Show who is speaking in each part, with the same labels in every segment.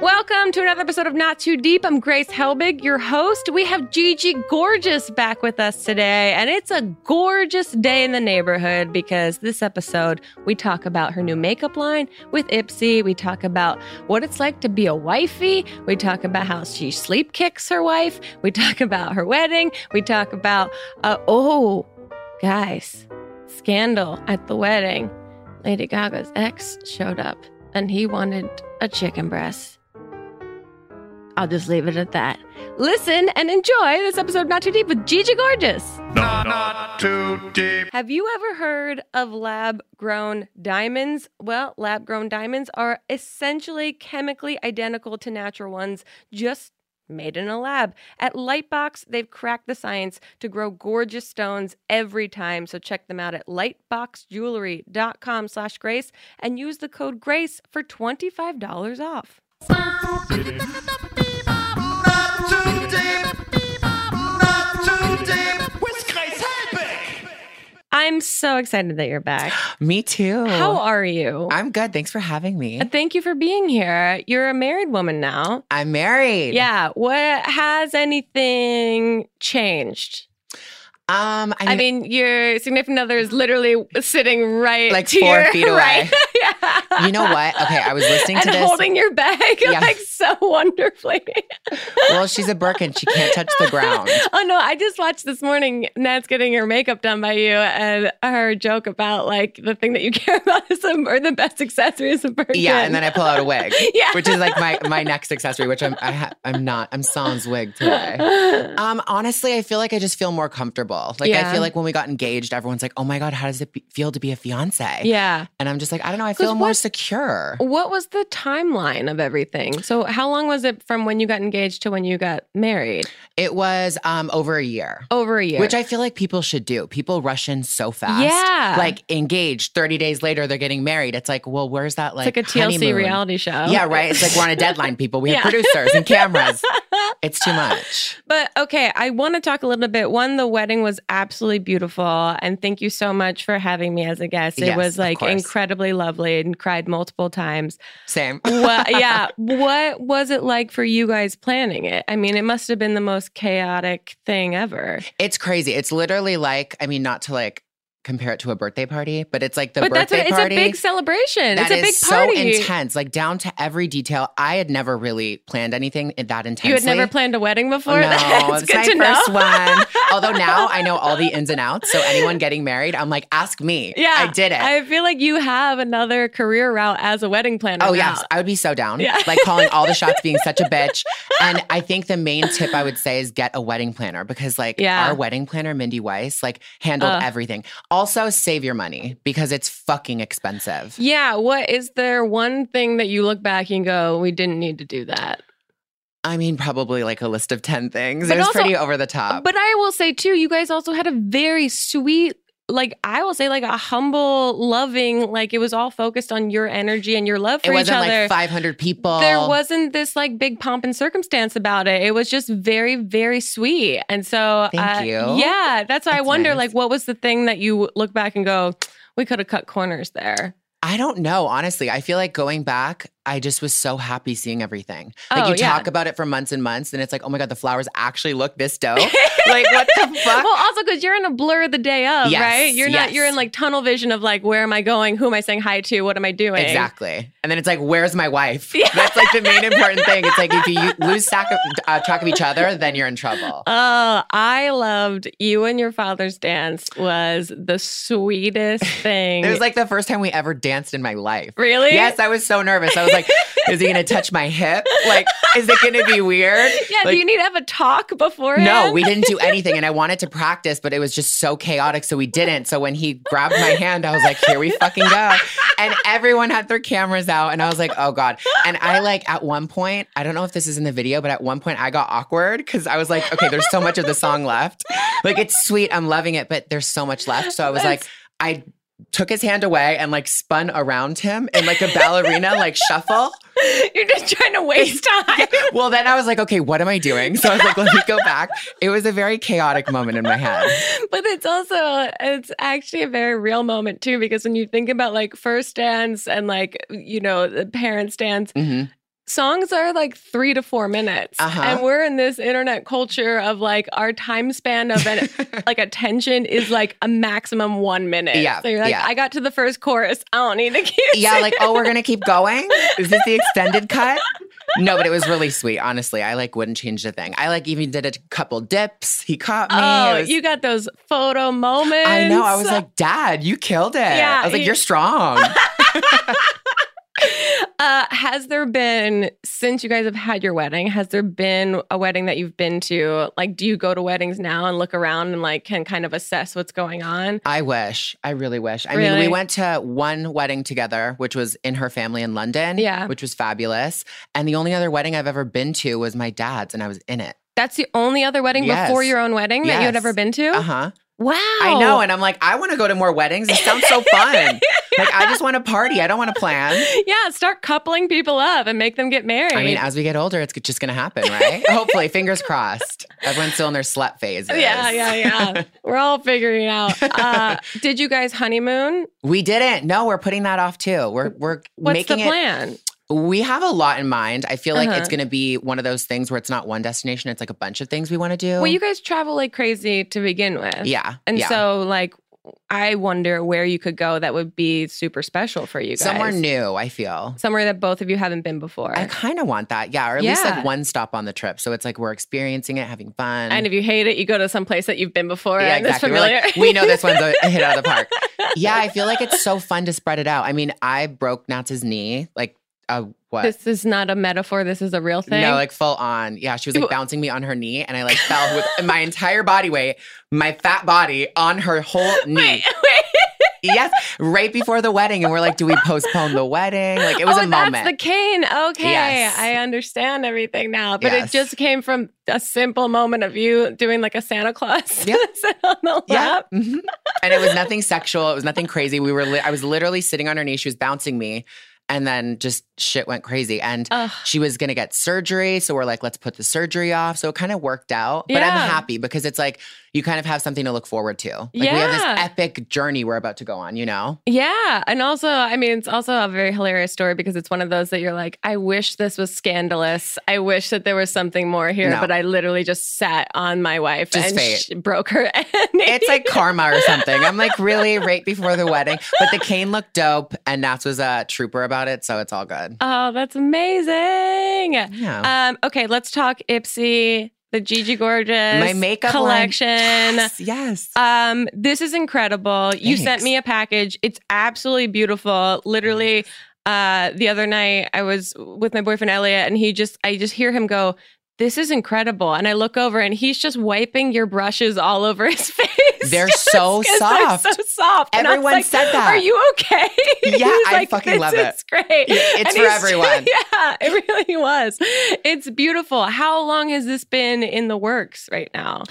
Speaker 1: Welcome to another episode of Not Too Deep. I'm Grace Helbig, your host. We have Gigi Gorgeous back with us today, and it's a gorgeous day in the neighborhood because this episode we talk about her new makeup line with Ipsy. We talk about what it's like to be a wifey. We talk about how she sleep kicks her wife. We talk about her wedding. We talk about, uh, oh, guys, scandal at the wedding. Lady Gaga's ex showed up and he wanted a chicken breast. I'll just leave it at that. Listen and enjoy this episode of Not Too Deep with Gigi Gorgeous.
Speaker 2: Not, not too deep.
Speaker 1: Have you ever heard of lab grown diamonds? Well, lab grown diamonds are essentially chemically identical to natural ones, just made in a lab. At Lightbox, they've cracked the science to grow gorgeous stones every time. So check them out at lightboxjewelry.com slash grace and use the code GRACE for $25 off.
Speaker 2: Not too deep. Not too deep. With Grace Helbig.
Speaker 1: I'm so excited that you're back.
Speaker 3: Me too.
Speaker 1: How are you?
Speaker 3: I'm good. Thanks for having me.
Speaker 1: Uh, Thank you for being here. You're a married woman now.
Speaker 3: I'm married.
Speaker 1: Yeah. What has anything changed?
Speaker 3: Um, I mean,
Speaker 1: I mean, your significant other is literally sitting right
Speaker 3: Like
Speaker 1: to
Speaker 3: four
Speaker 1: your-
Speaker 3: feet
Speaker 1: right?
Speaker 3: away.
Speaker 1: yeah.
Speaker 3: you know what? Okay, I was listening
Speaker 1: and
Speaker 3: to this.
Speaker 1: holding your bag
Speaker 3: Yeah.
Speaker 1: like so wonderfully.
Speaker 3: well, she's a Birkin. She can't touch the ground.
Speaker 1: oh no, I just watched this morning Nat's getting her makeup done by you and her joke about like the thing that you care about is the, or the best accessory is a bird.
Speaker 3: Yeah, and then I pull out a wig,
Speaker 1: yeah.
Speaker 3: which is like my my next accessory, which I'm I ha- I'm not. I'm sans wig today. Um, honestly, I feel like I just feel more comfortable. Like
Speaker 1: Yeah.
Speaker 3: I feel like when we got engaged, everyone's like, "Oh my god, how does it be- feel to be a fiance?"
Speaker 1: yeah. Oh.
Speaker 3: and I'm just like, I don't know. I
Speaker 1: 'Cause
Speaker 3: feel more
Speaker 1: what-
Speaker 3: secure.
Speaker 1: What was the timeline of everything? So how long was it from when you got engaged to when you got married?
Speaker 3: It was um over a year.
Speaker 1: Over a year.
Speaker 3: Which I feel like people should do. People rush in so fast.
Speaker 1: Yeah.
Speaker 3: Like engaged 30 days later, they're getting married. It's like, well, where's that
Speaker 1: it's
Speaker 3: like,
Speaker 1: like, a TLC
Speaker 3: honeymoon?
Speaker 1: reality show.
Speaker 3: Yeah, right. It's like we're on a deadline, people. We have
Speaker 1: Yeah.
Speaker 3: producers and cameras. It's too much.
Speaker 1: But okay, I want to talk a little bit. One, the wedding was absolutely beautiful. And thank you so much for having me as a guest. It
Speaker 3: Yes,
Speaker 1: was
Speaker 3: of
Speaker 1: like
Speaker 3: course.
Speaker 1: incredibly lovely and cried multiple times.
Speaker 3: Same.
Speaker 1: Well, yeah. What was it like for you guys planning it? I mean, it must have been the most chaotic thing ever.
Speaker 3: It's crazy. It's literally like, I mean, not to like compare it to a birthday party, but it's like the
Speaker 1: but that's
Speaker 3: birthday
Speaker 1: what, it's a
Speaker 3: party.
Speaker 1: big celebration. it's
Speaker 3: that
Speaker 1: a big
Speaker 3: is
Speaker 1: party.
Speaker 3: so intense, like down to every detail. I had never really planned anything that intensely.
Speaker 1: You had never planned a wedding before?
Speaker 3: No,
Speaker 1: That's
Speaker 3: it's
Speaker 1: good
Speaker 3: my
Speaker 1: to know.
Speaker 3: first one. Although now I know all the ins and outs. So anyone getting married, I'm like, ask me.
Speaker 1: Yeah.
Speaker 3: I did it.
Speaker 1: I feel like you have another career route as a wedding planner.
Speaker 3: Oh
Speaker 1: now.
Speaker 3: yes, I would be so down.
Speaker 1: Yeah.
Speaker 3: Like calling all the shots, being such a bitch. And I think the main tip I would say is get a wedding planner because like
Speaker 1: Yeah.
Speaker 3: our wedding planner, Mindy Weiss, like handled
Speaker 1: Uh.
Speaker 3: everything. Also save your money because it's fucking expensive.
Speaker 1: Yeah. What is there one thing that you look back and go, we didn't need to do that?
Speaker 3: I mean, probably like a list of 10 things.
Speaker 1: But
Speaker 3: it was
Speaker 1: also-
Speaker 3: pretty over the top.
Speaker 1: But I will say, too, you guys also had a very sweet, like, I will say, like, a humble, loving, like, it was all focused on your energy and your love for
Speaker 3: it
Speaker 1: each
Speaker 3: wasn't
Speaker 1: other.
Speaker 3: like 500 people.
Speaker 1: there wasn't this like big pomp and circumstance about it. It was just very, very sweet. And so,
Speaker 3: Thank
Speaker 1: uh,
Speaker 3: you.
Speaker 1: yeah, that's why I
Speaker 3: That's
Speaker 1: wonder,
Speaker 3: nice.
Speaker 1: like, what was the thing that you look back and go, we could have cut corners there.
Speaker 3: I don't know, honestly. I feel like going back, I just was so happy seeing everything. Like
Speaker 1: Oh,
Speaker 3: you
Speaker 1: yeah.
Speaker 3: talk about it for months and months, and it's like, oh my God, the flowers actually look this dope. like, what the fuck?
Speaker 1: Well, also because you're in a blur the day of,
Speaker 3: Yes,
Speaker 1: right? You're not.
Speaker 3: yes.
Speaker 1: You're in like tunnel vision of like, where am I going? Who am I saying hi to? What am I doing?
Speaker 3: Exactly. And then it's like, where's my wife? That's like the main important thing. It's like, if you lose track of, uh, track of each other, then you're in trouble.
Speaker 1: Oh, I loved you and your father's dance was the sweetest thing.
Speaker 3: It was like the first time we ever danced in my life.
Speaker 1: really,
Speaker 3: Yes, I was so nervous. I was like, is he going to touch my hip? Like, is it going to be weird?
Speaker 1: yeah. do
Speaker 3: Like,
Speaker 1: you need to have a talk beforehand?
Speaker 3: No, we didn't do anything. And I wanted to practice, but it was just so chaotic. So we didn't. So when he grabbed my hand, I was like, here we fucking go. And everyone had their cameras out. And I was like, oh God. And I like, at one point, I don't know if this is in the video, but at one point I got awkward because I was like, okay, there's so much of the song left. Like, it's sweet. I'm loving it, but there's so much left. So I was like, I took his hand away and like spun around him in like a ballerina, like shuffle.
Speaker 1: You're just trying to waste time.
Speaker 3: Well, then I was like, okay, what am I doing? So I was like, let me go back. It was a very chaotic moment in my head.
Speaker 1: but it's also it's actually a very real moment too because when you think about like first dance and like you know the parents dance
Speaker 3: hmm
Speaker 1: songs are like three to four minutes.
Speaker 3: Uh-huh.
Speaker 1: And we're in this internet culture of like our time span of an like attention is like a maximum one minute.
Speaker 3: Yeah,
Speaker 1: So you're like,
Speaker 3: yeah.
Speaker 1: I got to the first chorus. I don't need to keep
Speaker 3: yeah, like, oh, we're gonna keep going. Is this the extended cut? No, but it was really sweet. Honestly, I like wouldn't change a thing. I like even did a couple dips. He caught me. It
Speaker 1: Oh,
Speaker 3: was-
Speaker 1: you got those photo moments.
Speaker 3: I know. I was like, Dad, you killed it.
Speaker 1: Yeah,
Speaker 3: I was like,
Speaker 1: you-
Speaker 3: you're strong.
Speaker 1: uh, has there been since you guys have had your wedding? Has there been a wedding that you've been to? Like, do you go to weddings now and look around and like can kind of assess what's going on?
Speaker 3: I wish. I really wish. I mean,
Speaker 1: Really?
Speaker 3: we went to one wedding together, which was in her family in London.
Speaker 1: Yeah.
Speaker 3: Which was fabulous. And the only other wedding I've ever been to was my dad's, and I was in it.
Speaker 1: That's the only other wedding before
Speaker 3: Yes.
Speaker 1: your own wedding that you had
Speaker 3: Yes.
Speaker 1: ever been to?
Speaker 3: Uh huh.
Speaker 1: Wow.
Speaker 3: I know. And I'm like, I want to go to more weddings. It sounds so fun. Like, I just want to party. I don't want to plan.
Speaker 1: yeah, start coupling people up and make them get married.
Speaker 3: I mean, as we get older, it's just going to happen, right? Hopefully, fingers crossed. Everyone's still in their slut phase.
Speaker 1: Oh, yeah, yeah, yeah. We're all figuring it out. Uh, did you guys honeymoon?
Speaker 3: We didn't. No, we're putting that off too. We're we're
Speaker 1: What's
Speaker 3: making
Speaker 1: the
Speaker 3: it
Speaker 1: plan?
Speaker 3: We have a lot in mind. I feel like
Speaker 1: Uh-huh.
Speaker 3: it's going to be one of those things where it's not one destination, it's like a bunch of things we want to do.
Speaker 1: Well, you guys travel like crazy to begin with.
Speaker 3: yeah.
Speaker 1: And
Speaker 3: yeah.
Speaker 1: so, like, I wonder where you could go that would be super special for you guys.
Speaker 3: somewhere new, I feel.
Speaker 1: Somewhere that both of you haven't been before.
Speaker 3: I kind of want that. Yeah. Or at least
Speaker 1: Yeah.
Speaker 3: like one stop on the trip. So it's like we're experiencing it, having fun.
Speaker 1: and if you hate it, you go to some place that you've been before
Speaker 3: yeah,
Speaker 1: and
Speaker 3: exactly.
Speaker 1: it's
Speaker 3: We're
Speaker 1: familiar.
Speaker 3: like, we know this one's a a hit out of the park. Yeah, I feel like it's so fun to spread it out. I mean, I broke Nats's knee, like, uh, what?
Speaker 1: this is not a metaphor. This is a real thing.
Speaker 3: No, like full on. Yeah, she was
Speaker 1: You-
Speaker 3: like bouncing me on her knee, and I like fell with my entire body weight, my fat body on her whole knee.
Speaker 1: wait, wait.
Speaker 3: yes, right before the wedding, and we're like, do we postpone the wedding? Like it was
Speaker 1: oh,
Speaker 3: a
Speaker 1: that's
Speaker 3: moment.
Speaker 1: the cane. Okay,
Speaker 3: Yes.
Speaker 1: I understand everything now. But
Speaker 3: Yes.
Speaker 1: it just came from a simple moment of you doing like a Santa Claus
Speaker 3: Yeah.
Speaker 1: sit on the
Speaker 3: yeah,
Speaker 1: lap.
Speaker 3: mhm. and it was nothing sexual. It was nothing crazy. We were, li- I was literally sitting on her knee. She was bouncing me, and then just shit went crazy. And
Speaker 1: Ugh.
Speaker 3: she was going to get surgery. So we're like, let's put the surgery off. So it kind of worked out. But
Speaker 1: Yeah.
Speaker 3: I'm happy because it's like you kind of have something to look forward to. Like we have this
Speaker 1: Yeah.
Speaker 3: epic journey we're about to go on, you know?
Speaker 1: Yeah. And also, I mean, it's also a very hilarious story because it's one of those that you're like, I wish this was scandalous. I wish that there was something more here,
Speaker 3: No.
Speaker 1: but I literally just sat on my wife
Speaker 3: Just
Speaker 1: and
Speaker 3: fate.
Speaker 1: sh- broke her. knee.
Speaker 3: It's like karma or something. I'm like, really? Right before the wedding. But the cane looked dope and Nats was a trooper about it. So it's all good.
Speaker 1: oh, that's amazing.
Speaker 3: Yeah.
Speaker 1: Um, okay, let's talk Ipsy, the Gigi Gorgeous
Speaker 3: My makeup line-
Speaker 1: collection.
Speaker 3: yes. yes.
Speaker 1: Um, this is incredible. You sent
Speaker 3: Thanks.
Speaker 1: me a package. It's absolutely beautiful. Literally, uh, the other night I was with my boyfriend Elliot, and he just I just hear him go, "This is incredible." And I look over, and he's just wiping your brushes all over his face.
Speaker 3: They're
Speaker 1: Just
Speaker 3: so
Speaker 1: 'cause
Speaker 3: soft.
Speaker 1: They're so soft. And I was
Speaker 3: Everyone
Speaker 1: like,
Speaker 3: said that.
Speaker 1: Are you okay?
Speaker 3: Yeah,
Speaker 1: He's
Speaker 3: I
Speaker 1: like,
Speaker 3: fucking
Speaker 1: "This
Speaker 3: love it."
Speaker 1: is great.
Speaker 3: Yeah, it's
Speaker 1: And
Speaker 3: for
Speaker 1: he's-
Speaker 3: everyone.
Speaker 1: yeah, it really was. It's beautiful. How long has this been in the works right now?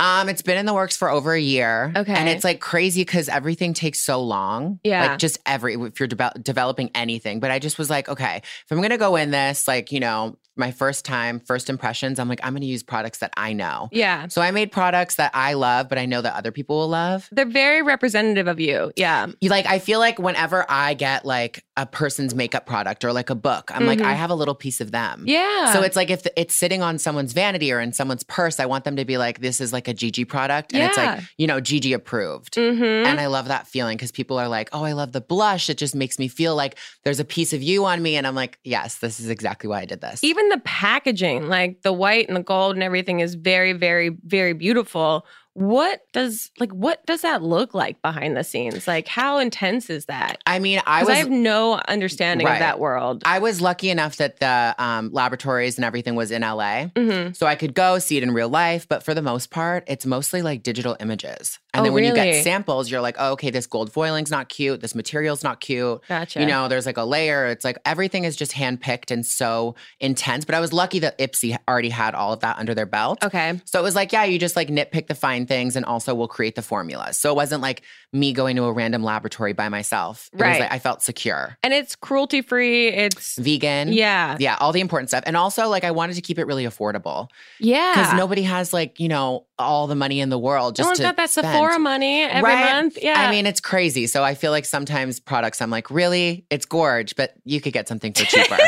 Speaker 3: Um, it's been in the works for over a year.
Speaker 1: Okay.
Speaker 3: And it's like crazy because everything takes so long.
Speaker 1: Yeah.
Speaker 3: Like just every, if you're devel- developing anything. But I just was like, okay, if I'm going to go in this, like, you know, my first time, first impressions, I'm like, I'm going to use products that I know.
Speaker 1: Yeah.
Speaker 3: So I made products that I love, but I know that other people will love.
Speaker 1: They're very representative of you. Yeah.
Speaker 3: You- Like, I feel like whenever I get like a person's makeup product or like a book, I'm like,
Speaker 1: Mhm.
Speaker 3: I have a little piece of them.
Speaker 1: Yeah.
Speaker 3: So it's like if it's sitting on someone's vanity or in someone's purse, I want them to be like, this is like a Gigi product. And it's
Speaker 1: Yeah.
Speaker 3: like, you know, Gigi approved.
Speaker 1: Mm-hmm.
Speaker 3: And I love that feeling because people are like, oh, I love the blush. It just makes me feel like there's a piece of you on me. And I'm like, yes, this is exactly why I did this.
Speaker 1: Even the packaging, like the white and the gold and everything is very, very, very beautiful. What does like what does that look like behind the scenes? Like how intense is that?
Speaker 3: I mean, I
Speaker 1: 'Cause
Speaker 3: was.
Speaker 1: I have no understanding of
Speaker 3: Right.
Speaker 1: that world.
Speaker 3: I was lucky enough that the um, laboratories and everything was in LA.
Speaker 1: Mhm.
Speaker 3: So I could go see it in real life, but for the most part, it's mostly like digital images. And
Speaker 1: Oh,
Speaker 3: then when you
Speaker 1: really?
Speaker 3: get samples, you're like, oh, okay, this gold foiling's not cute. This material's not cute.
Speaker 1: Gotcha.
Speaker 3: You know, there's like a layer. It's like everything is just handpicked and so intense. But I was lucky that Ipsy already had all of that under their belt.
Speaker 1: Okay.
Speaker 3: So it was like, yeah, you just like nitpick the fine things and also we'll create the formulas. So it wasn't like me going to a random laboratory by myself. It
Speaker 1: Right.
Speaker 3: was like I felt secure.
Speaker 1: And it's cruelty free. It's
Speaker 3: Vegan.
Speaker 1: yeah.
Speaker 3: Yeah, all the important stuff. And also like I wanted to keep it really affordable. Because
Speaker 1: Yeah. Oh
Speaker 3: nobody has like, you know, all the money in the world just
Speaker 1: no one's
Speaker 3: to
Speaker 1: got that
Speaker 3: spend.
Speaker 1: Sephora money every
Speaker 3: Right?
Speaker 1: month. Yeah.
Speaker 3: I mean, it's crazy. So I feel like sometimes products, I'm like, really, it's gorge, but you could get something for cheaper.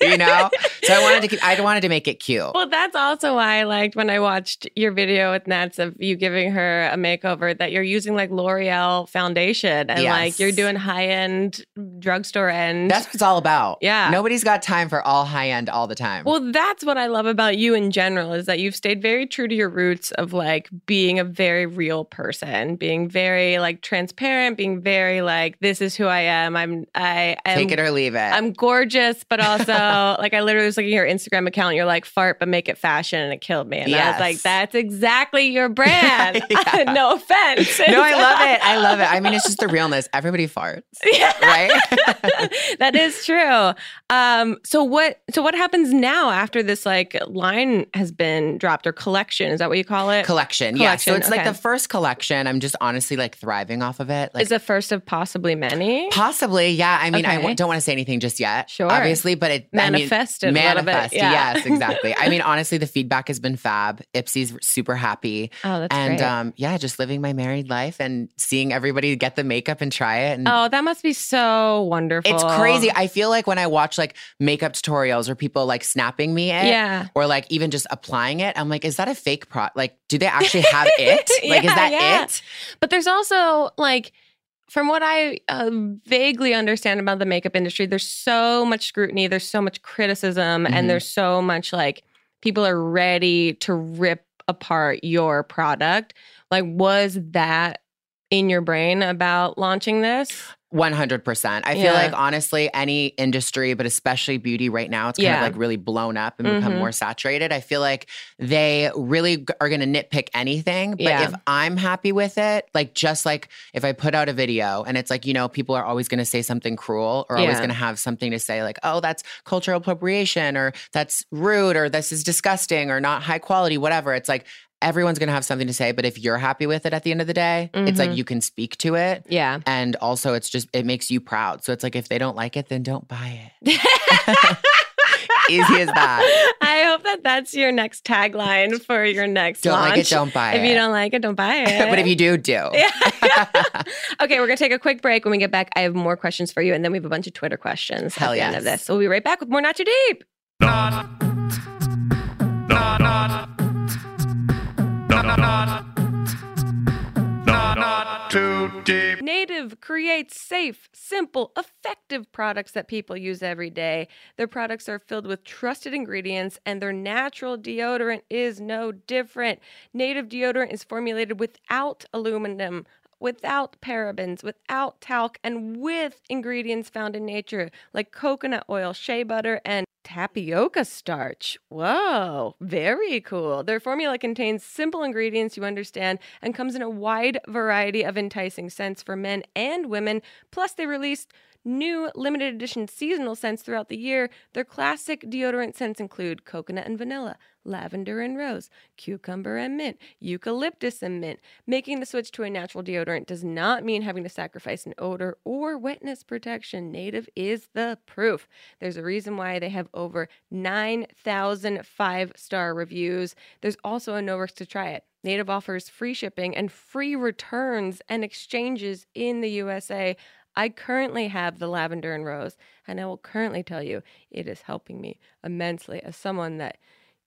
Speaker 3: you know? So I wanted to keep, I wanted to make it cute.
Speaker 1: Well, that's also why I liked when I watched your video with Nats of you giving her a makeover that you're using like L'Oreal foundation and like you're
Speaker 3: Yes.
Speaker 1: doing high end drugstore end.
Speaker 3: That's what it's all about.
Speaker 1: Yeah.
Speaker 3: Nobody's got time for all high end all the time.
Speaker 1: well, that's what I love about you in general is that you've stayed very true to your roots of like being a very real person, being very like transparent, being very like this is who I am. I'm I I'm,
Speaker 3: take it or leave it.
Speaker 1: I'm gorgeous, but also like I literally was looking at your Instagram account. You're like fart, but make it fashion, and it killed me. And I was
Speaker 3: Yes.
Speaker 1: like, that's exactly your brand.
Speaker 3: Yeah.
Speaker 1: no offense.
Speaker 3: no, I love it. I love it. I mean, it's just the realness. Everybody farts,
Speaker 1: Yeah.
Speaker 3: right?
Speaker 1: that is true. Um, so what? So what happens now after this like line has been dropped or collection? Is that what you call it?
Speaker 3: collection. Yeah. So
Speaker 1: Collection,
Speaker 3: it's like
Speaker 1: okay.
Speaker 3: the first collection. I'm just honestly like thriving off of it. Like,
Speaker 1: is the first of possibly many?
Speaker 3: Possibly, yeah. I mean, I w-
Speaker 1: Okay.
Speaker 3: don't want to say anything just yet.
Speaker 1: Sure.
Speaker 3: Obviously, but it I mean,
Speaker 1: Manifest it a little bit,
Speaker 3: manifest,
Speaker 1: yeah.
Speaker 3: yes, exactly. I mean, honestly, the feedback has been fab. Ipsy's super happy.
Speaker 1: oh, that's
Speaker 3: and
Speaker 1: great.
Speaker 3: um, yeah, just living my married life and seeing everybody get the makeup and try it. And
Speaker 1: oh, that must be so wonderful.
Speaker 3: it's crazy. I feel like when I watch like makeup tutorials or people like snapping me it
Speaker 1: Yeah.
Speaker 3: or like even just applying it, I'm like, is that a fake pro? Like, do they actually have it? Like,
Speaker 1: Yeah,
Speaker 3: is that
Speaker 1: yeah.
Speaker 3: it?
Speaker 1: But there's also like, from what I uh, vaguely understand about the makeup industry, there's so much scrutiny, there's so much criticism,
Speaker 3: Mhm.
Speaker 1: and there's so much like people are ready to rip apart your product. Like, was that in your brain about launching this?
Speaker 3: 100%. I feel
Speaker 1: Yeah.
Speaker 3: like honestly, any industry, but especially beauty right now, it's kind
Speaker 1: Yeah.
Speaker 3: of like really blown up and
Speaker 1: Mhm.
Speaker 3: become more saturated. I feel like they really g- are going to nitpick anything. But
Speaker 1: Yeah.
Speaker 3: if I'm happy with it, like just like if I put out a video and it's like, you know, people are always going to say something cruel or always
Speaker 1: Yeah.
Speaker 3: going to have something to say like, oh, that's cultural appropriation or that's rude or this is disgusting or not high quality, whatever. It's like, Everyone's gonna have something to say, but if you're happy with it at the end of the day, it's like
Speaker 1: Mhm.
Speaker 3: you can speak to it
Speaker 1: Yeah.
Speaker 3: and also it's just it makes you proud so it's like if they don't like it then don't buy it easy as that
Speaker 1: I hope that that's your next tagline for your next
Speaker 3: don't
Speaker 1: launch.
Speaker 3: like it don't buy
Speaker 1: if
Speaker 3: it
Speaker 1: you don't like it, don't buy it.
Speaker 3: but if you do do
Speaker 1: Yeah. okay, we're going to take a quick break. When we get back, I have more questions for you, and then we have a bunch of Twitter questions at
Speaker 3: Hell
Speaker 1: the end of
Speaker 3: yes.
Speaker 1: this. We'll be right back with more Not Too Deep.
Speaker 2: Not. Not. Not. Not. Not. Not. Not too deep.
Speaker 1: Native creates safe, simple, effective products that people use every day. Their products are filled with trusted ingredients, and their natural deodorant is no different. Native deodorant is formulated without aluminum. Without parabens, without talc, and with ingredients found in nature like coconut oil, shea butter, and tapioca starch. Whoa, very cool. Their formula contains simple ingredients you understand and comes in a wide variety of enticing scents for men and women. Plus, they released new limited edition seasonal scents throughout the year. Their classic deodorant scents include coconut and vanilla, lavender and rose, cucumber and mint, eucalyptus and mint. Making the switch to a natural deodorant does not mean having to sacrifice an odor or wetness protection. Native is the proof. There's a reason why they have over 9,000 five star reviews. There's also a no risk to try it. Native offers free shipping and free returns and exchanges in the USA. I currently have the lavender and rose, and I will currently tell you it is helping me immensely as someone that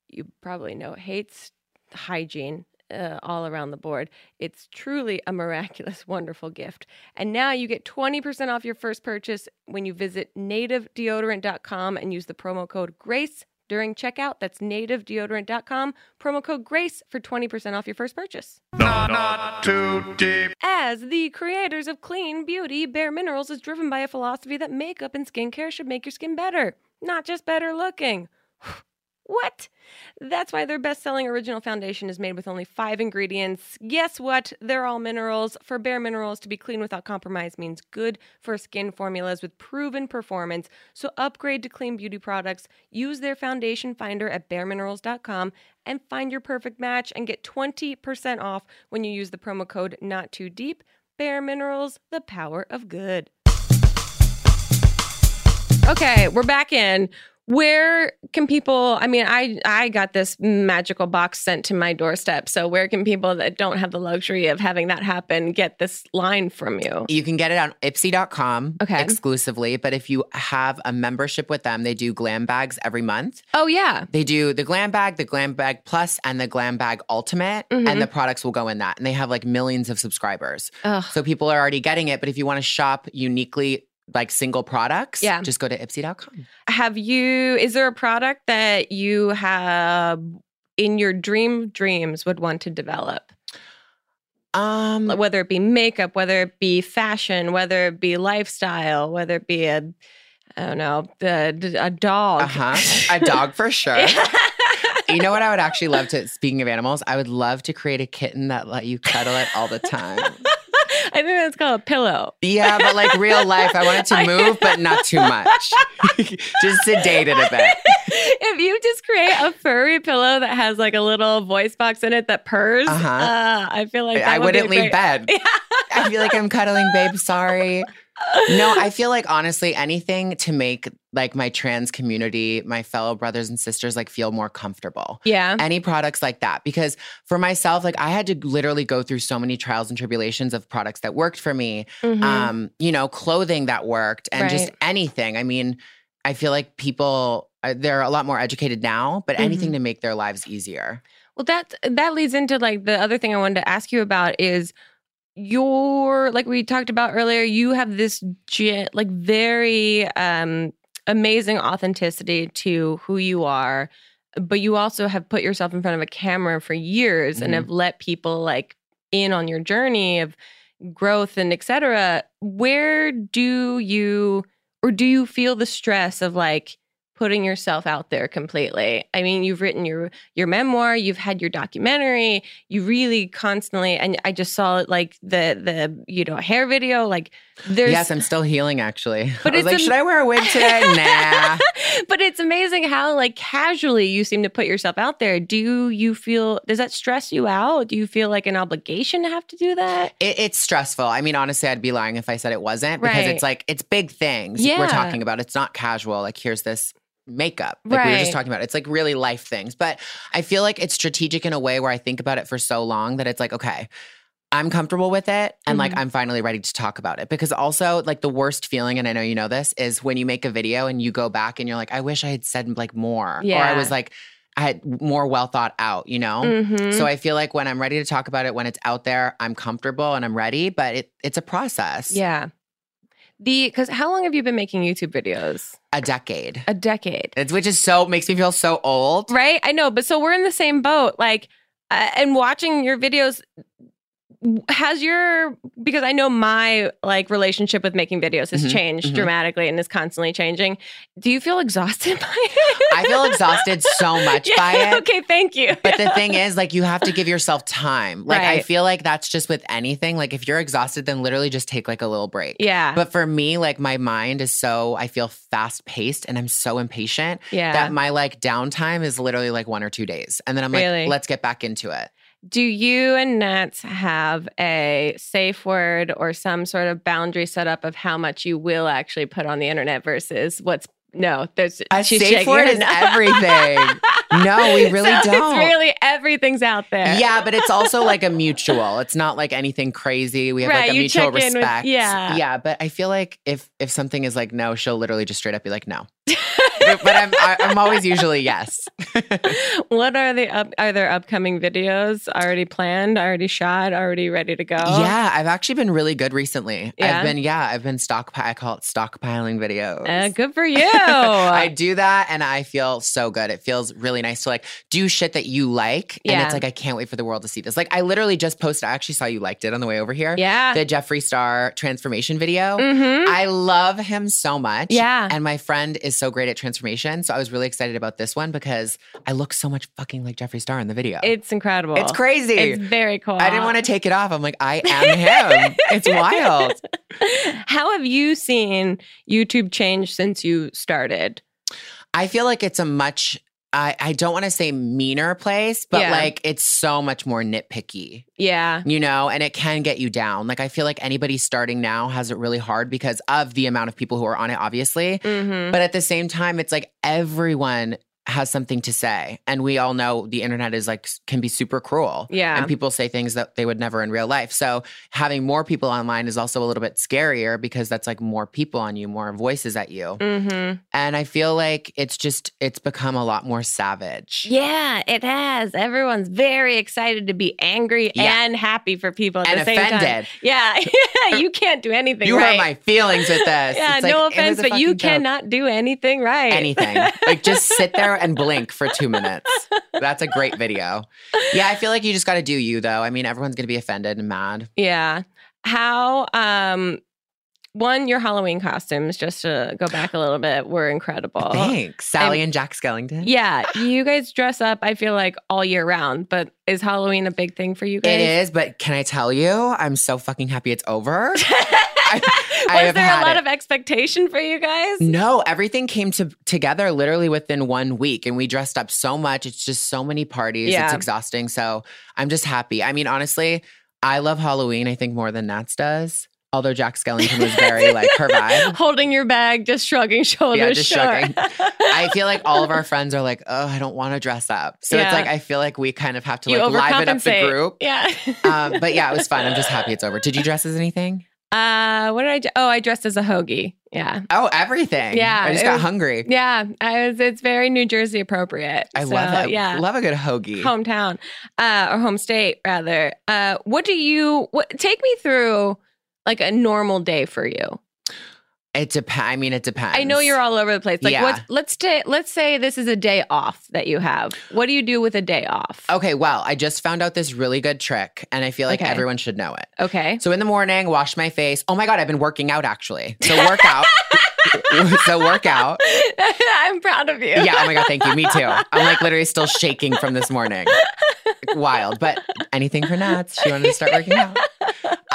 Speaker 1: you probably know hates hygiene uh, all around the board. It's truly a miraculous, wonderful gift. And now you get 20% off your first purchase when you visit nativedeodorant.com and use the promo code GRACE during checkout. That's nativedeodorant.com, promo code GRACE for 20% off your first purchase.
Speaker 2: Not. Not too deep.
Speaker 1: As the creators of Clean Beauty, Bare Minerals is driven by a philosophy that makeup and skincare should make your skin better, not just better looking. What? That's why their best selling original foundation is made with only five ingredients. Guess what? They're all minerals. For Bare Minerals, to be clean without compromise means good for skin formulas with proven performance. So upgrade to clean beauty products. Use their foundation finder at bareminerals.com and find your perfect match and get 20% off when you use the promo code not too deep. Bare Minerals, the power of good. Okay, we're back in. where can people? I mean, I I got this magical box sent to my doorstep. So where can people that don't have the luxury of having that happen get this line from you?
Speaker 3: You can get it on ipsy.com
Speaker 1: Okay.
Speaker 3: exclusively. But if you have a membership with them, they do glam bags every month.
Speaker 1: Oh yeah,
Speaker 3: They do the glam bag, the glam bag plus, and the glam bag ultimate.
Speaker 1: Mhm.
Speaker 3: And the products will go in that. And they have like millions of subscribers.
Speaker 1: Ugh.
Speaker 3: So people are already getting it. But if you want to shop uniquely, like single products,
Speaker 1: Yeah.
Speaker 3: just go to ipsy.com.
Speaker 1: have you? Is there a product that you have in your dream dreams would want to develop?
Speaker 3: Um,
Speaker 1: whether it be makeup, whether it be fashion, whether it be lifestyle, whether it be a I don't know, a, a dog.
Speaker 3: uh huh. A dog for sure. You know what I would actually love to, speaking of animals, I would love to create a kitten that let you cuddle it all the time.
Speaker 1: I think that's called a pillow.
Speaker 3: Yeah, but like real life, I want it to move, but not too much. Just sedate it a bit.
Speaker 1: if you just create a furry pillow that has like a little voice box in it that purrs,
Speaker 3: Uh-huh.
Speaker 1: uh, I feel like that
Speaker 3: I
Speaker 1: would be a
Speaker 3: wouldn't
Speaker 1: great-
Speaker 3: leave bed. I feel like I'm cuddling, babe. Sorry. No, I feel like honestly, anything to make like my trans community, my fellow brothers and sisters, like feel more comfortable.
Speaker 1: Yeah.
Speaker 3: any products like that because for myself like i had to literally go through so many trials and tribulations of products that worked for me
Speaker 1: Mhm.
Speaker 3: um you know clothing that worked and just
Speaker 1: Right.
Speaker 3: anything i mean i feel like people uh, they're a lot more educated now but anything
Speaker 1: Mm-hmm.
Speaker 3: to make their lives easier
Speaker 1: Well, that that leads into like the other thing I wanted to ask you about is your like we talked about earlier. You have this ge- like very um, amazing authenticity to who you are, but you also have put yourself in front of a camera for years and
Speaker 3: Mhm.
Speaker 1: have let people like in on your journey of growth and etc. Where do you or do you feel the stress of like putting yourself out there completely? I mean, you've written your your memoir, you've had your documentary, you really constantly and I just saw like the the you know hair video like there's
Speaker 3: yes i'm still healing actually
Speaker 1: But
Speaker 3: i was
Speaker 1: it's
Speaker 3: like
Speaker 1: am-
Speaker 3: should i wear a wig today nah
Speaker 1: but it's amazing how like casually you seem to put yourself out there. Do you feel does that stress you out? Do you feel like an obligation to have to do that?
Speaker 3: It, it's stressful. I mean, honestly, I'd be lying if I said it wasn't because
Speaker 1: Right.
Speaker 3: it's like it's big things
Speaker 1: Yeah.
Speaker 3: we're talking about. It's not casual. Like here's this makeup like we were
Speaker 1: Right.
Speaker 3: just talking about. It's like really life things. But I feel like it's strategic in a way where I think about it for so long that it's like okay. I'm comfortable with it and like
Speaker 1: Mhm.
Speaker 3: I'm finally ready to talk about it because also like the worst feeling and I know you know this is when you make a video and you go back and you're like I wish I had said like more or
Speaker 1: Yeah.
Speaker 3: I was like I had more well thought out, you know?
Speaker 1: Mhm.
Speaker 3: So I feel like when I'm ready to talk about it, when it's out there, I'm comfortable and I'm ready, but it, it's a process.
Speaker 1: yeah. The cuz how long have you been making YouTube videos?
Speaker 3: A decade.
Speaker 1: A decade.
Speaker 3: It's, which is so, makes me feel so old.
Speaker 1: Right? I know, but so we're in the same boat. Like, uh, and watching your videos has your because I know my like relationship with making videos has
Speaker 3: Mhm,
Speaker 1: changed
Speaker 3: mhm.
Speaker 1: dramatically and is constantly changing. Do you feel exhausted by it?
Speaker 3: I feel exhausted so much
Speaker 1: Yeah,
Speaker 3: by it.
Speaker 1: Okay, thank you.
Speaker 3: But the thing is, like, you have to give yourself time. Like, I
Speaker 1: Right.
Speaker 3: feel like that's just with anything. Like, if you're exhausted, then literally just take like a little break.
Speaker 1: yeah,
Speaker 3: But for me, like, my mind is so, I feel fast paced and I'm so impatient
Speaker 1: yeah.
Speaker 3: that my like downtime is literally like one or two days. And then I'm
Speaker 1: Really?
Speaker 3: like, let's get back into it.
Speaker 1: Do you and Nats have a safe word or some sort of boundary set up of how much you will actually put on the internet versus what's no? There's
Speaker 3: A
Speaker 1: she's
Speaker 3: safe
Speaker 1: shaking
Speaker 3: word
Speaker 1: her
Speaker 3: is
Speaker 1: no.
Speaker 3: everything. No, Oh, we really
Speaker 1: So
Speaker 3: don't.
Speaker 1: It's really everything's out there.
Speaker 3: yeah, but it's also like a mutual. It's not like anything crazy. We have
Speaker 1: Right,
Speaker 3: like a
Speaker 1: you
Speaker 3: mutual
Speaker 1: check in with-
Speaker 3: respect.
Speaker 1: yeah.
Speaker 3: yeah. But I feel like if if something is like no, she'll literally just straight up be like no. but but I'm I, I'm always usually yes.
Speaker 1: What are the up, are there upcoming videos already planned, already shot, already ready to go?
Speaker 3: Yeah, I've actually been really good recently.
Speaker 1: Oh. Yeah?
Speaker 3: I've been yeah, I've been stockpile. I call it stockpiling videos.
Speaker 1: Uh, good for you.
Speaker 3: I do that and I feel so good. It feels really nice to like do shit that you like. And
Speaker 1: Yeah.
Speaker 3: it's like, I can't wait for the world to see this. Like, I literally just posted, I actually saw you liked it on the way over here.
Speaker 1: yeah.
Speaker 3: The Jeffree Star transformation video.
Speaker 1: hmm
Speaker 3: I love him so much.
Speaker 1: Yeah.
Speaker 3: And my friend is so great at transformation. So I was really excited about this one because I look so much fucking like Jeffree Star in the video.
Speaker 1: It's incredible.
Speaker 3: It's crazy.
Speaker 1: It's very cool.
Speaker 3: I didn't want to take it off. I'm like, I am him. it's wild.
Speaker 1: How have you seen YouTube change since you started?
Speaker 3: I feel like it's a much I, I don't want to say meaner place, but
Speaker 1: Yeah.
Speaker 3: like it's so much more nitpicky,
Speaker 1: Yeah.
Speaker 3: you know, and it can get you down. Like I feel like anybody starting now has it really hard because of the amount of people who are on it, obviously.
Speaker 1: hmm
Speaker 3: But at the same time, it's like everyone has something to say. And we all know the internet is like, s- can be super cruel.
Speaker 1: Yeah.
Speaker 3: And people say things that they would never in real life. So having more people online is also a little bit scarier because that's like more people on you, more voices at you.
Speaker 1: hmm
Speaker 3: And I feel like it's just, it's become a lot more savage.
Speaker 1: Yeah, it has. Everyone's very excited to be angry
Speaker 3: Yeah.
Speaker 1: and happy for people at
Speaker 3: And
Speaker 1: the same time.
Speaker 3: offended.
Speaker 1: Yeah, you can't do anything
Speaker 3: You
Speaker 1: right.
Speaker 3: hurt my feelings with this.
Speaker 1: yeah,
Speaker 3: It's like,
Speaker 1: no
Speaker 3: it was
Speaker 1: offense,
Speaker 3: a
Speaker 1: but you
Speaker 3: fucking joke.
Speaker 1: cannot do anything right.
Speaker 3: anything. like just sit there and blink for two minutes. That's a great video. Yeah, I feel like you just got to do you though. I mean, everyone's gonna be offended and mad.
Speaker 1: Yeah. How um one, your Halloween costumes, just to go back a little bit, were incredible.
Speaker 3: Thanks, Sally
Speaker 1: I'm-
Speaker 3: and Jack Skellington.
Speaker 1: Oh, Yeah. You guys dress up, I feel like, all year round, but is Halloween a big thing for you guys?
Speaker 3: It is, but can I tell you, I'm so fucking happy it's over. I- I
Speaker 1: Was
Speaker 3: have
Speaker 1: there a
Speaker 3: had
Speaker 1: lot
Speaker 3: it.
Speaker 1: of expectation for you guys?
Speaker 3: No, everything came to, together literally within one week, and we dressed up so much. It's just so many parties.
Speaker 1: Yeah.
Speaker 3: It's exhausting. So I'm just happy. I mean, honestly, I love Halloween. I think more than Nats does. Although Jack Skellington was very like her vibe.
Speaker 1: Holding your bag, just shrugging shoulders.
Speaker 3: just
Speaker 1: sure.
Speaker 3: shrugging. I feel like all of our friends are like, oh, I don't want to dress up. So
Speaker 1: Yeah.
Speaker 3: it's like I feel like we kind of have to
Speaker 1: you
Speaker 3: like liven up the
Speaker 1: overcompensate.
Speaker 3: group.
Speaker 1: Yeah.
Speaker 3: Um, but yeah, it was fun. I'm just happy it's over. Did you dress as anything?
Speaker 1: Uh, what did I do? Oh, I dressed as a hoagie. Yeah.
Speaker 3: Oh, everything.
Speaker 1: Yeah,
Speaker 3: I just
Speaker 1: it
Speaker 3: got
Speaker 1: was-
Speaker 3: hungry.
Speaker 1: Yeah. I was, it's very New Jersey appropriate.
Speaker 3: I
Speaker 1: So,
Speaker 3: love it.
Speaker 1: Yeah.
Speaker 3: Love a good hoagie.
Speaker 1: hometown uh, or home state rather uh, what do you what, take me through like a normal day for you
Speaker 3: It depends. I mean, it depends.
Speaker 1: i know you're all over the place like
Speaker 3: Yeah.
Speaker 1: what's let's ta- let's say this is a day off that you have what do you do with a day off
Speaker 3: Okay, well, I just found out this really good trick, and I feel like
Speaker 1: Okay.
Speaker 3: everyone should know it.
Speaker 1: okay
Speaker 3: So in the morning, wash my face. Oh my God, I've been working out actually. So workout. so workout.
Speaker 1: i'm proud of you
Speaker 3: yeah. Oh my God. Thank you. Me too. I'm like literally still shaking from this morning. Wild, but anything for nuts. She wanted to start working out.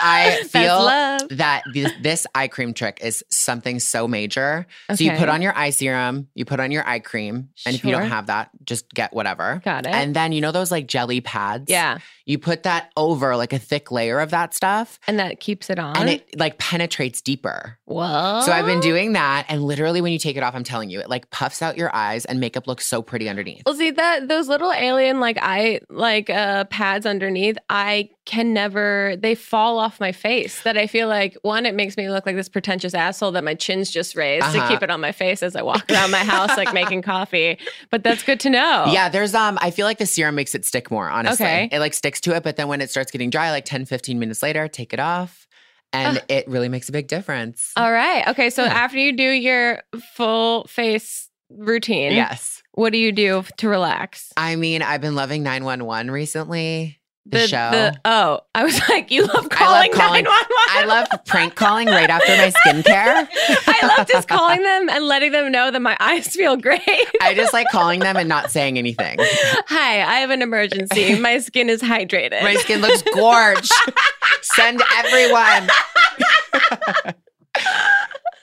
Speaker 3: I
Speaker 1: That's
Speaker 3: feel
Speaker 1: love
Speaker 3: that this, this eye cream trick is something so major. So you
Speaker 1: Okay.
Speaker 3: put on your eye serum, you put on your eye cream, and if you don't
Speaker 1: Sure.
Speaker 3: have that, just get whatever.
Speaker 1: got it
Speaker 3: And then you know those like jelly pads?
Speaker 1: yeah
Speaker 3: You put that over like a thick layer of that stuff
Speaker 1: and that keeps it on
Speaker 3: and it like penetrates deeper.
Speaker 1: Whoa.
Speaker 3: So I've been doing that, and literally when you take it off, I'm telling you, it like puffs out your eyes and makeup looks so pretty underneath.
Speaker 1: Well, see that those little alien like I like uh pads underneath, I can never they fall off my face. That I feel like one, it makes me look like this pretentious asshole that my chin's just raised to
Speaker 3: Uh-huh.
Speaker 1: keep it on my face as I walk around my house like making coffee. But that's good to know.
Speaker 3: Yeah, there's um I feel like the serum makes it stick more, honestly.
Speaker 1: Oh. Okay.
Speaker 3: It like sticks to it, but then when it starts getting dry, like 10, 15 minutes later, take it off. And it really makes a big difference.
Speaker 1: All right. Okay. So
Speaker 3: Yeah.
Speaker 1: after you do your full face routine,
Speaker 3: yes.
Speaker 1: what do you do to relax?
Speaker 3: I mean, I've been loving 911 recently. The, show.
Speaker 1: oh, I was like, you love
Speaker 3: I love
Speaker 1: calling
Speaker 3: calling-
Speaker 1: nine one one.
Speaker 3: I love prank calling right after my skincare.
Speaker 1: I love just calling them and letting them know that my eyes feel great.
Speaker 3: I just like calling them and not saying anything.
Speaker 1: Hi, I have an emergency. My skin is hydrated.
Speaker 3: My skin looks gorge. Send everyone.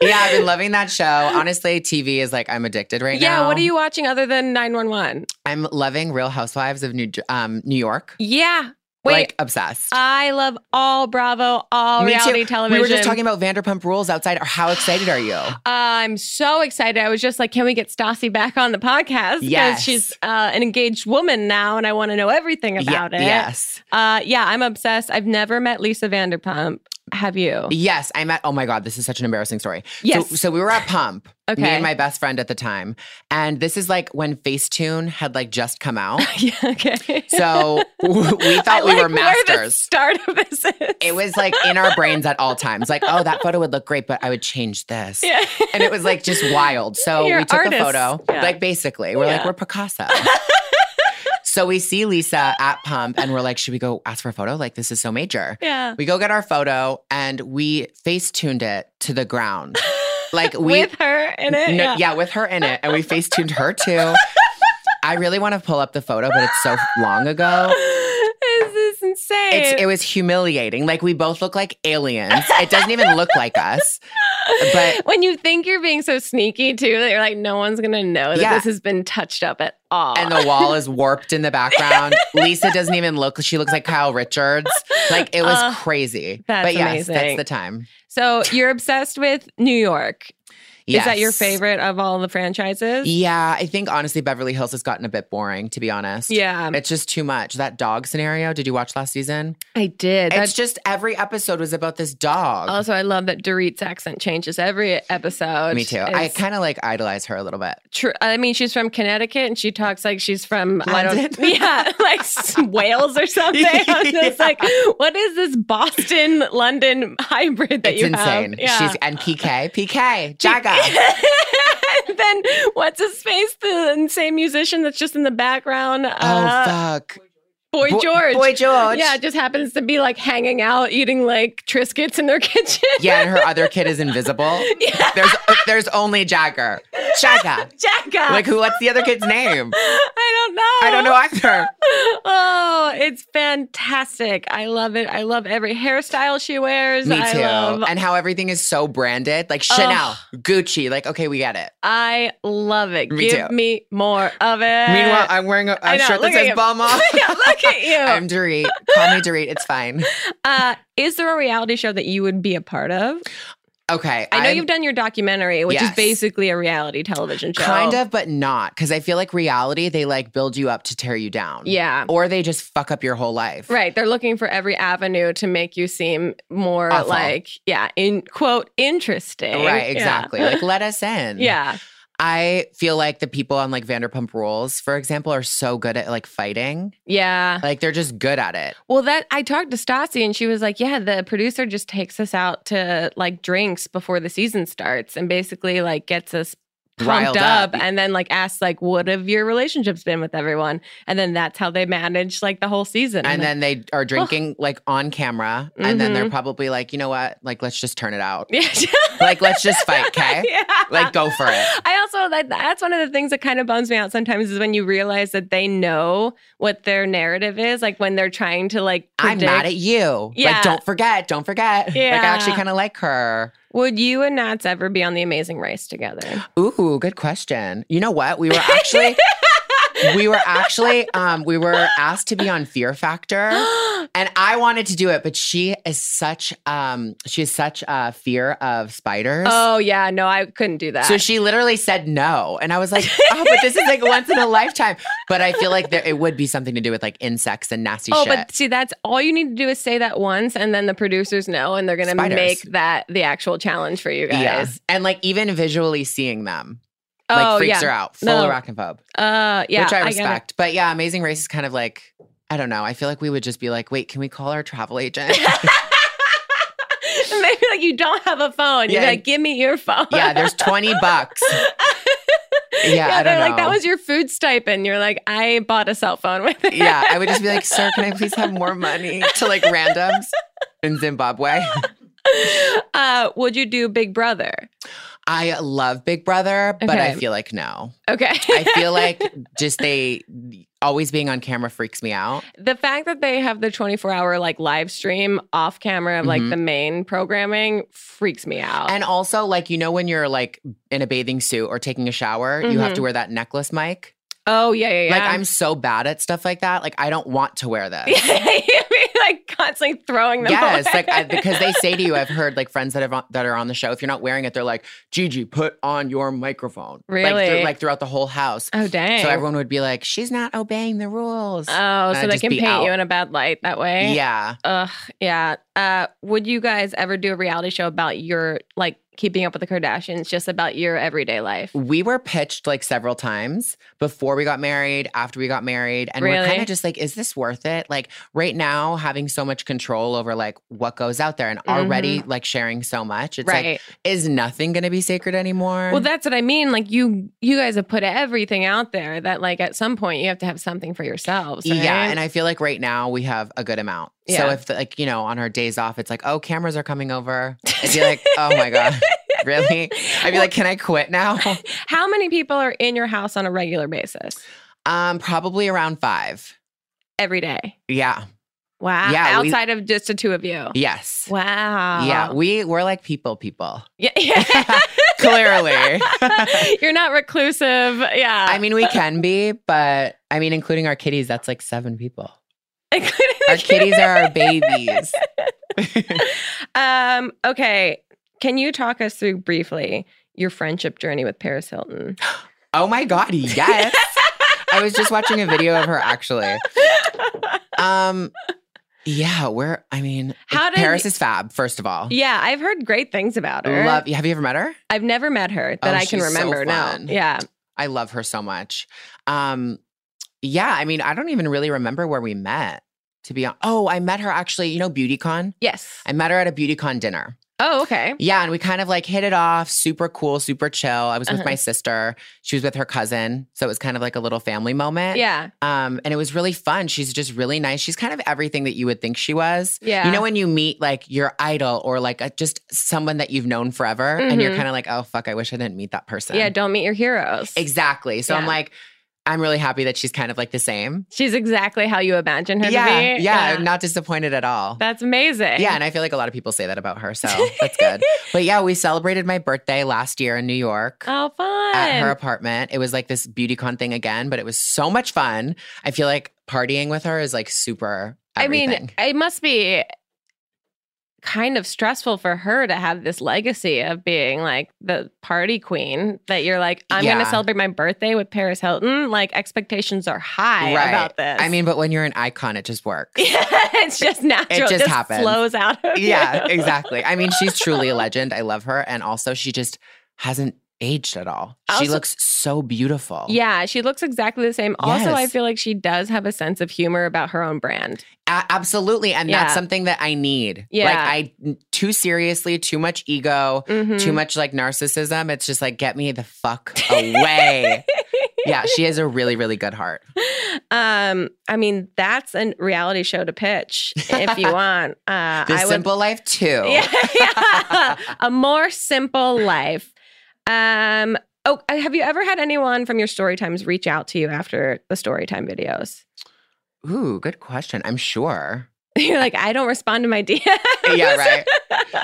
Speaker 3: yeah, I've been loving that show. Honestly, TV is like I'm addicted right now.
Speaker 1: yeah, what are you watching other than 911?
Speaker 3: I'm loving Real Housewives of New Jer- um, New York.
Speaker 1: Yeah. Wait, Uh,
Speaker 3: like obsessed.
Speaker 1: I love all Bravo, all
Speaker 3: Me too.
Speaker 1: reality television.
Speaker 3: We were just talking about Vanderpump Rules outside. Or how excited are you?
Speaker 1: I'm so excited. I was just like, can we get Stassi back on the podcast? 'Cause
Speaker 3: Yes.
Speaker 1: She's uh, an engaged woman now, and I want to know everything
Speaker 3: Ye-
Speaker 1: about it.
Speaker 3: Yes,
Speaker 1: Uh, yeah, I'm obsessed. I've never met Lisa Vanderpump. Have you?
Speaker 3: yes. I'm at. Oh my god, this is such an embarrassing story.
Speaker 1: Yes.
Speaker 3: So, so we were at Pump.
Speaker 1: Okay.
Speaker 3: Me and my best friend at the time, and this is like when Facetune had like just come out.
Speaker 1: yeah, okay.
Speaker 3: So w- we thought
Speaker 1: I
Speaker 3: we
Speaker 1: like Where
Speaker 3: were
Speaker 1: the
Speaker 3: masters.
Speaker 1: start of this is.
Speaker 3: It was like in our brains at all times. Like, oh, that photo would look great, but I would change this.
Speaker 1: Yeah.
Speaker 3: And it was like just wild. So
Speaker 1: You're
Speaker 3: we took
Speaker 1: artists.
Speaker 3: a photo.
Speaker 1: Yeah.
Speaker 3: Like basically, we're
Speaker 1: Yeah.
Speaker 3: like, we're Picasso. so we see Lisa at Pump and we're like, should we go ask for a photo? Like, this is so major.
Speaker 1: yeah.
Speaker 3: We go get our photo and we face tuned it to the ground. Like we
Speaker 1: With her in it.
Speaker 3: no-
Speaker 1: yeah.
Speaker 3: yeah, with her in it. And we face tuned her too. I really want to pull up the photo, but it's so long ago.
Speaker 1: this is insane.
Speaker 3: It's, it was humiliating. Like we both look like aliens. It doesn't even look like us. But-
Speaker 1: when you think you're being so sneaky too, that you're like, no one's gonna know that
Speaker 3: Yeah.
Speaker 1: this has been touched up at all.
Speaker 3: and the wall is warped in the background. Lisa doesn't even look. She looks like Kyle Richards. Like it was
Speaker 1: Uh,
Speaker 3: crazy.
Speaker 1: that's
Speaker 3: but yes,
Speaker 1: amazing.
Speaker 3: that's the time.
Speaker 1: so you're obsessed with New York.
Speaker 3: Yes.
Speaker 1: Is that your favorite of all the franchises?
Speaker 3: Yeah, I think honestly Beverly Hills has gotten a bit boring to be honest.
Speaker 1: Yeah,
Speaker 3: It's just too much. That dog scenario, did you watch last season?
Speaker 1: I did.
Speaker 3: it's just every episode was about this dog.
Speaker 1: also, I love that Dorit's accent changes every episode.
Speaker 3: Me too. I
Speaker 1: It's
Speaker 3: kind of like idolize her a little bit.
Speaker 1: tr- I mean, she's from Connecticut and she talks like she's from I don't,
Speaker 3: London?
Speaker 1: yeah, like s- Wales or something. I'm just like, what is this Boston London hybrid that
Speaker 3: it's
Speaker 1: you
Speaker 3: insane.
Speaker 1: have? Yeah.
Speaker 3: She's and PK, PK, Jaga.
Speaker 1: and then what's his face? The same musician that's just in the background.
Speaker 3: oh
Speaker 1: Uh,
Speaker 3: fuck,
Speaker 1: Boy
Speaker 3: Boy-
Speaker 1: George.
Speaker 3: Boy George.
Speaker 1: Yeah, just happens to be like hanging out, eating like Triscuits in their kitchen.
Speaker 3: Yeah, and her other kid is invisible.
Speaker 1: Yeah.
Speaker 3: There's uh, there's only Jagger. Jagger.
Speaker 1: Jackass.
Speaker 3: Like who? What's the other kid's name?
Speaker 1: I don't know.
Speaker 3: I don't know either.
Speaker 1: oh, it's fantastic. I love it. I love every hairstyle she wears.
Speaker 3: Me
Speaker 1: I
Speaker 3: too.
Speaker 1: love
Speaker 3: and how everything is so branded, like Chanel, Gucci. Like okay, we get it.
Speaker 1: I love it.
Speaker 3: Me
Speaker 1: Give
Speaker 3: too.
Speaker 1: me more of it.
Speaker 3: Meanwhile, I'm wearing a,
Speaker 1: Uh, I
Speaker 3: a
Speaker 1: know,
Speaker 3: shirt
Speaker 1: look
Speaker 3: that
Speaker 1: at
Speaker 3: says
Speaker 1: you.
Speaker 3: Balmain.
Speaker 1: Yeah, look at you.
Speaker 3: I'm Dorit. Call me Dorit. It's fine.
Speaker 1: uh, is there a reality show that you would be a part of?
Speaker 3: Okay.
Speaker 1: I know
Speaker 3: I'm
Speaker 1: you've done your documentary, which is
Speaker 3: Yes.
Speaker 1: basically a reality television show.
Speaker 3: kind of, but not because I feel like reality. They like build you up to tear you down.
Speaker 1: Yeah.
Speaker 3: Or they just fuck up your whole life.
Speaker 1: Right. They're looking for every avenue to make you seem more
Speaker 3: Awful.
Speaker 1: like, yeah, in quote, interesting.
Speaker 3: Right,
Speaker 1: Yeah.
Speaker 3: exactly. Like, let us in.
Speaker 1: Yeah.
Speaker 3: I feel like the people on like Vanderpump Rules, for example, are so good at like fighting.
Speaker 1: Yeah.
Speaker 3: Like, they're just good at it.
Speaker 1: Well, that I talked to Stassi and she was like, "Yeah, the producer just takes us out to like drinks before the season starts and basically like gets us pumped
Speaker 3: Riled
Speaker 1: up,
Speaker 3: up.
Speaker 1: and then like asks like, what have your relationships been with everyone?" And then that's how they manage like the whole season.
Speaker 3: And then they are drinking like on camera. And then they're
Speaker 1: Mhm.
Speaker 3: probably like, you know what? Like, let's just turn it out.
Speaker 1: yeah,
Speaker 3: Like, let's just fight, okay?
Speaker 1: yeah.
Speaker 3: Like, go for it.
Speaker 1: I also that that's one of the things that kind of bums me out sometimes is when you realize that they know what their narrative is, like when they're trying to like.
Speaker 3: I'm mad
Speaker 1: predict-
Speaker 3: at you.
Speaker 1: Yeah.
Speaker 3: Like, don't forget, don't forget. Like, I actually
Speaker 1: Yeah.
Speaker 3: kind of like her.
Speaker 1: Would you and Nats ever be on the Amazing Race together?
Speaker 3: Ooh, good question. You know what? We were actually we were actually um we were asked to be on Fear Factor and I wanted to do it, but she is such um she has such a fear of spiders.
Speaker 1: Oh yeah, no, I couldn't do that.
Speaker 3: So she literally said no. And I was like, oh, but this is like once in a lifetime. But I feel like there, it would be something to do with like insects and nasty
Speaker 1: oh,
Speaker 3: shit.
Speaker 1: but see, that's all you need to do is say that once, and then the producers know, and they're gonna
Speaker 3: Spiders.
Speaker 1: make that the actual challenge for you guys.
Speaker 3: yeah. And like even visually seeing them
Speaker 1: Oh
Speaker 3: like freaks
Speaker 1: yeah,
Speaker 3: her out. Full
Speaker 1: No.
Speaker 3: arachnophobe.
Speaker 1: uh, yeah,
Speaker 3: which
Speaker 1: get
Speaker 3: I
Speaker 1: it.
Speaker 3: respect. but yeah, Amazing Race is kind of like, I don't know. I feel like we would just be like, wait, can we call our travel agent?
Speaker 1: And they'd be like, you don't have a phone. You're
Speaker 3: Yeah.
Speaker 1: like, give me your phone.
Speaker 3: yeah, there's 20 bucks. Yeah, I
Speaker 1: they're
Speaker 3: don't know.
Speaker 1: like, that was your food stipend. You're like, I bought a cell phone with it.
Speaker 3: yeah, I would just be like, sir, can I please have more money to like randoms in Zimbabwe?
Speaker 1: Uh, would you do Big Brother?
Speaker 3: I love Big Brother, but I
Speaker 1: Okay.
Speaker 3: feel like no.
Speaker 1: Okay.
Speaker 3: I feel like just they always being on camera freaks me out.
Speaker 1: the fact that they have the 24 hour like live stream off camera of like
Speaker 3: Mhm.
Speaker 1: the main programming freaks me out.
Speaker 3: And also, like, you know, when you're like in a bathing suit or taking a shower, you have
Speaker 1: Mhm.
Speaker 3: to wear that necklace mic.
Speaker 1: oh yeah, yeah, yeah.
Speaker 3: Like I'm so bad at stuff like that. Like I don't want to wear this.
Speaker 1: like constantly throwing them.
Speaker 3: yes,
Speaker 1: away.
Speaker 3: like I, because they say to you, I've heard like friends that have on, that are on the show. If you're not wearing it, they're like, "Gigi, put on your microphone." like,
Speaker 1: Really?
Speaker 3: through, like throughout the whole house.
Speaker 1: oh dang.
Speaker 3: So everyone would be like, "She's not obeying the
Speaker 1: oh,
Speaker 3: rules."
Speaker 1: so
Speaker 3: I'd
Speaker 1: they
Speaker 3: just
Speaker 1: can
Speaker 3: be
Speaker 1: paint you
Speaker 3: out.
Speaker 1: in a bad light that way.
Speaker 3: yeah,
Speaker 1: Ugh. Yeah. Uh, would you guys ever do a reality show about your like keeping up with the Kardashians, just about your everyday life?
Speaker 3: we were pitched like several times before we got married, after we got married, and we're
Speaker 1: Really?
Speaker 3: kind of just like, "Is this worth it?" Like right now, having so much control over like what goes out there, and already like sharing so much, it's like,
Speaker 1: Mm-hmm. right.
Speaker 3: is nothing going to be sacred anymore?
Speaker 1: well, that's what I mean. Like you, you guys have put everything out there. That like at some point you have to have something for yourselves. Right?
Speaker 3: Yeah, and I feel like right now we have a good amount. So
Speaker 1: Yeah.
Speaker 3: if like you know on our days off, it's like oh cameras are coming over. I'd be like oh my god, really? I'd be like can I quit now?
Speaker 1: how many people are in your house on a regular basis
Speaker 3: Um, probably around five.
Speaker 1: every day?
Speaker 3: Yeah,
Speaker 1: Wow.
Speaker 3: Yeah, we-
Speaker 1: Outside of just the two of you.
Speaker 3: Yes.
Speaker 1: Wow.
Speaker 3: Yeah, we we're like people people.
Speaker 1: Yeah. yeah.
Speaker 3: Clearly.
Speaker 1: You're not reclusive. Yeah.
Speaker 3: I mean, we can be, but I mean, including our kitties, that's like seven people. Our kitties are our babies.
Speaker 1: Um, okay. Can you talk us through briefly your friendship journey with Paris Hilton?
Speaker 3: Oh my God, yes. I was just watching a video of her actually. Um, yeah, we're, I mean,
Speaker 1: How did-
Speaker 3: Paris is fab, first of all.
Speaker 1: yeah, I've heard great things about her.
Speaker 3: Love, have you ever met her?
Speaker 1: I've never met her that
Speaker 3: Oh,
Speaker 1: I can
Speaker 3: she's so
Speaker 1: remember. No.
Speaker 3: fun.
Speaker 1: Yeah.
Speaker 3: I love her so much. Um, yeah, I mean, I don't even really remember where we met, to be honest. Oh, I met her actually, you know, BeautyCon?
Speaker 1: Yes.
Speaker 3: I met her at a BeautyCon dinner.
Speaker 1: Oh, okay.
Speaker 3: Yeah, and we kind of like hit it off. Super cool, super chill. I was with
Speaker 1: Uh-huh.
Speaker 3: my sister. She was with her cousin, so it was kind of like a little family moment.
Speaker 1: Yeah.
Speaker 3: um, and it was really fun. She's just really nice. She's kind of everything that you would think she was.
Speaker 1: Yeah.
Speaker 3: You know when you meet like your idol or like a, just someone that you've known forever, and you're
Speaker 1: Mhm.
Speaker 3: kind of like, oh fuck, I wish I didn't meet that person.
Speaker 1: Yeah, don't meet your heroes.
Speaker 3: exactly. So I'm
Speaker 1: Yeah.
Speaker 3: like, I'm really happy that she's kind of like the same.
Speaker 1: She's exactly how you imagine her
Speaker 3: yeah,
Speaker 1: to
Speaker 3: yeah,
Speaker 1: be. eh.
Speaker 3: not disappointed at all.
Speaker 1: That's amazing.
Speaker 3: Yeah, and I feel like a lot of people say that about her, so that's good. but yeah, we celebrated my birthday last year in New York.
Speaker 1: Oh, fun.
Speaker 3: At her apartment. It was like this beauty con thing again, but it was so much fun. I feel like partying with her is like super. Everything.
Speaker 1: I mean, it must be kind of stressful for her to have this legacy of being like the party queen that you're like, I'm going
Speaker 3: Yeah.
Speaker 1: to celebrate my birthday with Paris Hilton. Like, expectations are high
Speaker 3: Right.
Speaker 1: about this.
Speaker 3: I mean, but when you're an icon, it just works.
Speaker 1: it's just natural.
Speaker 3: just
Speaker 1: just
Speaker 3: happens.
Speaker 1: flows out of
Speaker 3: yeah,
Speaker 1: you.
Speaker 3: exactly. I mean, she's truly a legend. I love her, and also she just hasn't aged at all. she
Speaker 1: Also-
Speaker 3: looks so beautiful.
Speaker 1: Yeah, she looks exactly the same. Also, I
Speaker 3: Yes.
Speaker 1: feel like she does have a sense of humor about her own brand.
Speaker 3: A- absolutely, and
Speaker 1: Yeah.
Speaker 3: that's something that I need.
Speaker 1: Yeah.
Speaker 3: like I too seriously, too much ego.
Speaker 1: Mhm.
Speaker 3: Too much like narcissism. It's just like, get me the fuck away. yeah, she has a really, really good heart.
Speaker 1: Um, I mean, that's a reality show to pitch if you want. Uh,
Speaker 3: The
Speaker 1: I would
Speaker 3: Simple Life too.
Speaker 1: Yeah, yeah. a more simple life. Um. Oh, uh, have you ever had anyone from your story times reach out to you after the story time videos?
Speaker 3: Ooh, good question. I'm sure.
Speaker 1: You're like, I don't respond to my DMs.
Speaker 3: Yeah, right.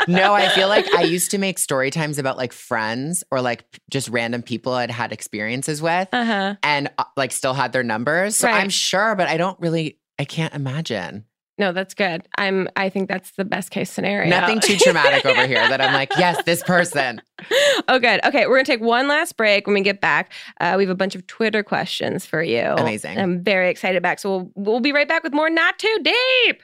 Speaker 3: No, I feel like I used to make story times about like friends or like p- just random people I'd had experiences with
Speaker 1: Uh huh.
Speaker 3: and uh, like still had their numbers. So
Speaker 1: Right.
Speaker 3: I'm sure, but I don't really, I can't imagine.
Speaker 1: No, that's good. I'm. I think that's the best case scenario.
Speaker 3: Nothing too traumatic over here that I'm like, yes, this person.
Speaker 1: oh, good. Okay, we're gonna take one last break. When we get back, uh, we have a bunch of Twitter questions for you.
Speaker 3: Amazing.
Speaker 1: I'm very excited back. So we'll we'll be right back with more. Not too deep.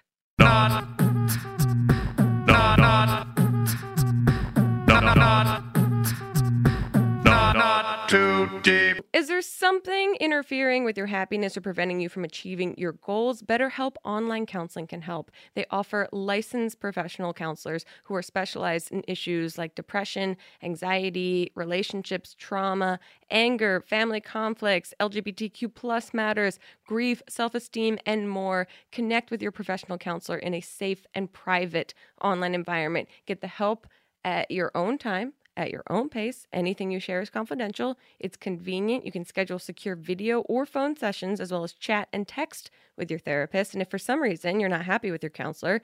Speaker 2: Not too deep.
Speaker 1: Is there something interfering with your happiness or preventing you from achieving your goals? BetterHelp Online Counseling can help. They offer licensed professional counselors who are specialized in issues like depression, anxiety, relationships, trauma, anger, family conflicts, LGBTQ plus matters, grief, self-esteem, and more. Connect with your professional counselor in a safe and private online environment. Get the help at your own time, at your own pace. Anything you share is confidential. It's convenient. You can schedule secure video or phone sessions, as well as chat and text with your therapist. And if for some reason you're not happy with your counselor,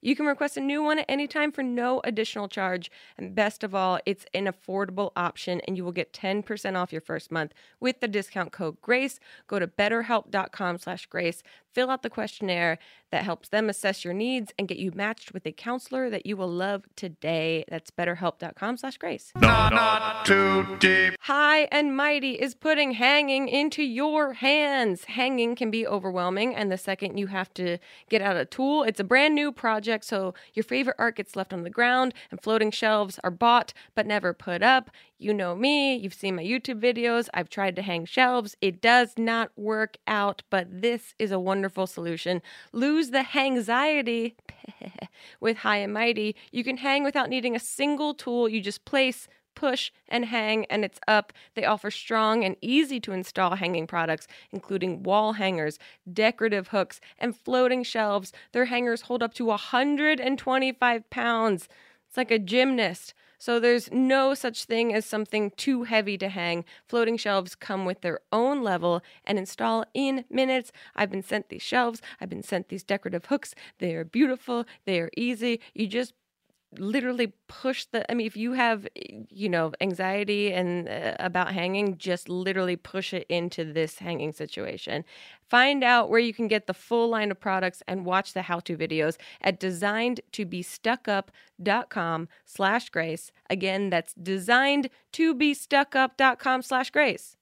Speaker 1: you can request a new one at any time for no additional charge. And best of all, it's an affordable option, and you will get 10% off your first month with the discount code GRACE. Go to betterhelp.com slash GRACE, fill out the questionnaire that helps them assess your needs and get you matched with a counselor that you will love today. That's betterhelp.com slash GRACE.
Speaker 2: Not too deep.
Speaker 1: High and mighty is putting hanging into your hands. Hanging can be overwhelming, and the second you have to get out a tool, it's a brand new project, so your favorite art gets left on the ground, and floating shelves are bought but never put up. You know me, you've seen my YouTube videos, I've tried to hang shelves. It does not work out, but this is a wonderful solution. Lose the hangxiety with High and Mighty. You can hang without needing a single tool, you just place push and hang and it's up they offer strong and easy to install hanging products including wall hangers decorative hooks and floating shelves their hangers hold up to 125 pounds it's like a gymnast So there's no such thing as something too heavy to hang. Floating shelves come with their own level and install in minutes. I've been sent these shelves, I've been sent these decorative hooks. They are beautiful, they are easy. You just literally push the i mean if you have you know anxiety and uh, about hanging just literally push it into this hanging situation find out where you can get the full line of products and watch the how-to videos at designedtobestuckup.com slash grace again that's designedtobestuckup.com slash grace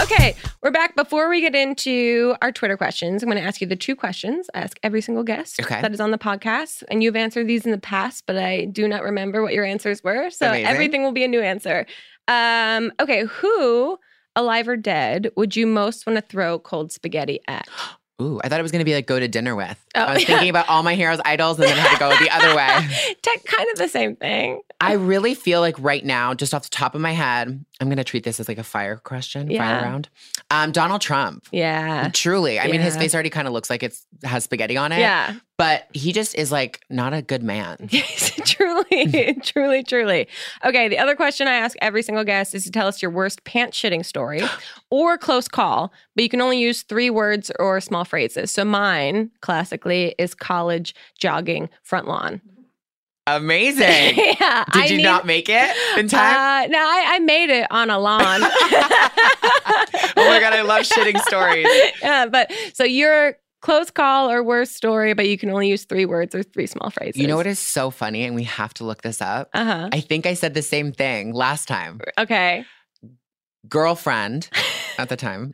Speaker 1: okay we're back before we get into our twitter questions i'm going to ask you the two questions i ask every single guest
Speaker 3: Okay.
Speaker 1: that is on the podcast and you've answered these in the past but i do not remember what your answers were so
Speaker 3: Amazing.
Speaker 1: everything will be a new answer um, okay who alive or dead would you most want to throw cold spaghetti at
Speaker 3: Ooh, I thought it was gonna be like go to dinner with.
Speaker 1: Oh,
Speaker 3: I was
Speaker 1: yeah.
Speaker 3: thinking about all my heroes, idols, and then had to go the other way.
Speaker 1: Tech, kind of the same thing
Speaker 3: I really feel like right now, just off the top of my head, I'm gonna treat this as like a fire question,
Speaker 1: Yeah.
Speaker 3: fire round. Um, Donald Trump.
Speaker 1: yeah
Speaker 3: Truly. I mean, his
Speaker 1: Yeah.
Speaker 3: face already kind of looks like it's has spaghetti on it.
Speaker 1: yeah
Speaker 3: But he just is like not a good man.
Speaker 1: Yes, truly, truly, truly. Okay, the other question I ask every single guest is to tell us your worst pants shitting story or close call, but you can only use three words or small phrases. So mine, classically, is college jogging front lawn.
Speaker 3: Amazing. Did
Speaker 1: yeah, I
Speaker 3: you
Speaker 1: need-
Speaker 3: not make it in time?
Speaker 1: Uh, no, I, I made it on a lawn. Uh,
Speaker 3: oh my god, I love shitting stories.
Speaker 1: yeah, Uh, but so your close call or worst story, but you can only use three words or three small phrases.
Speaker 3: You know what is so funny, and we have to look this up.
Speaker 1: Uh huh.
Speaker 3: I think I said the same thing last time.
Speaker 1: Okay.
Speaker 3: Girlfriend at the time,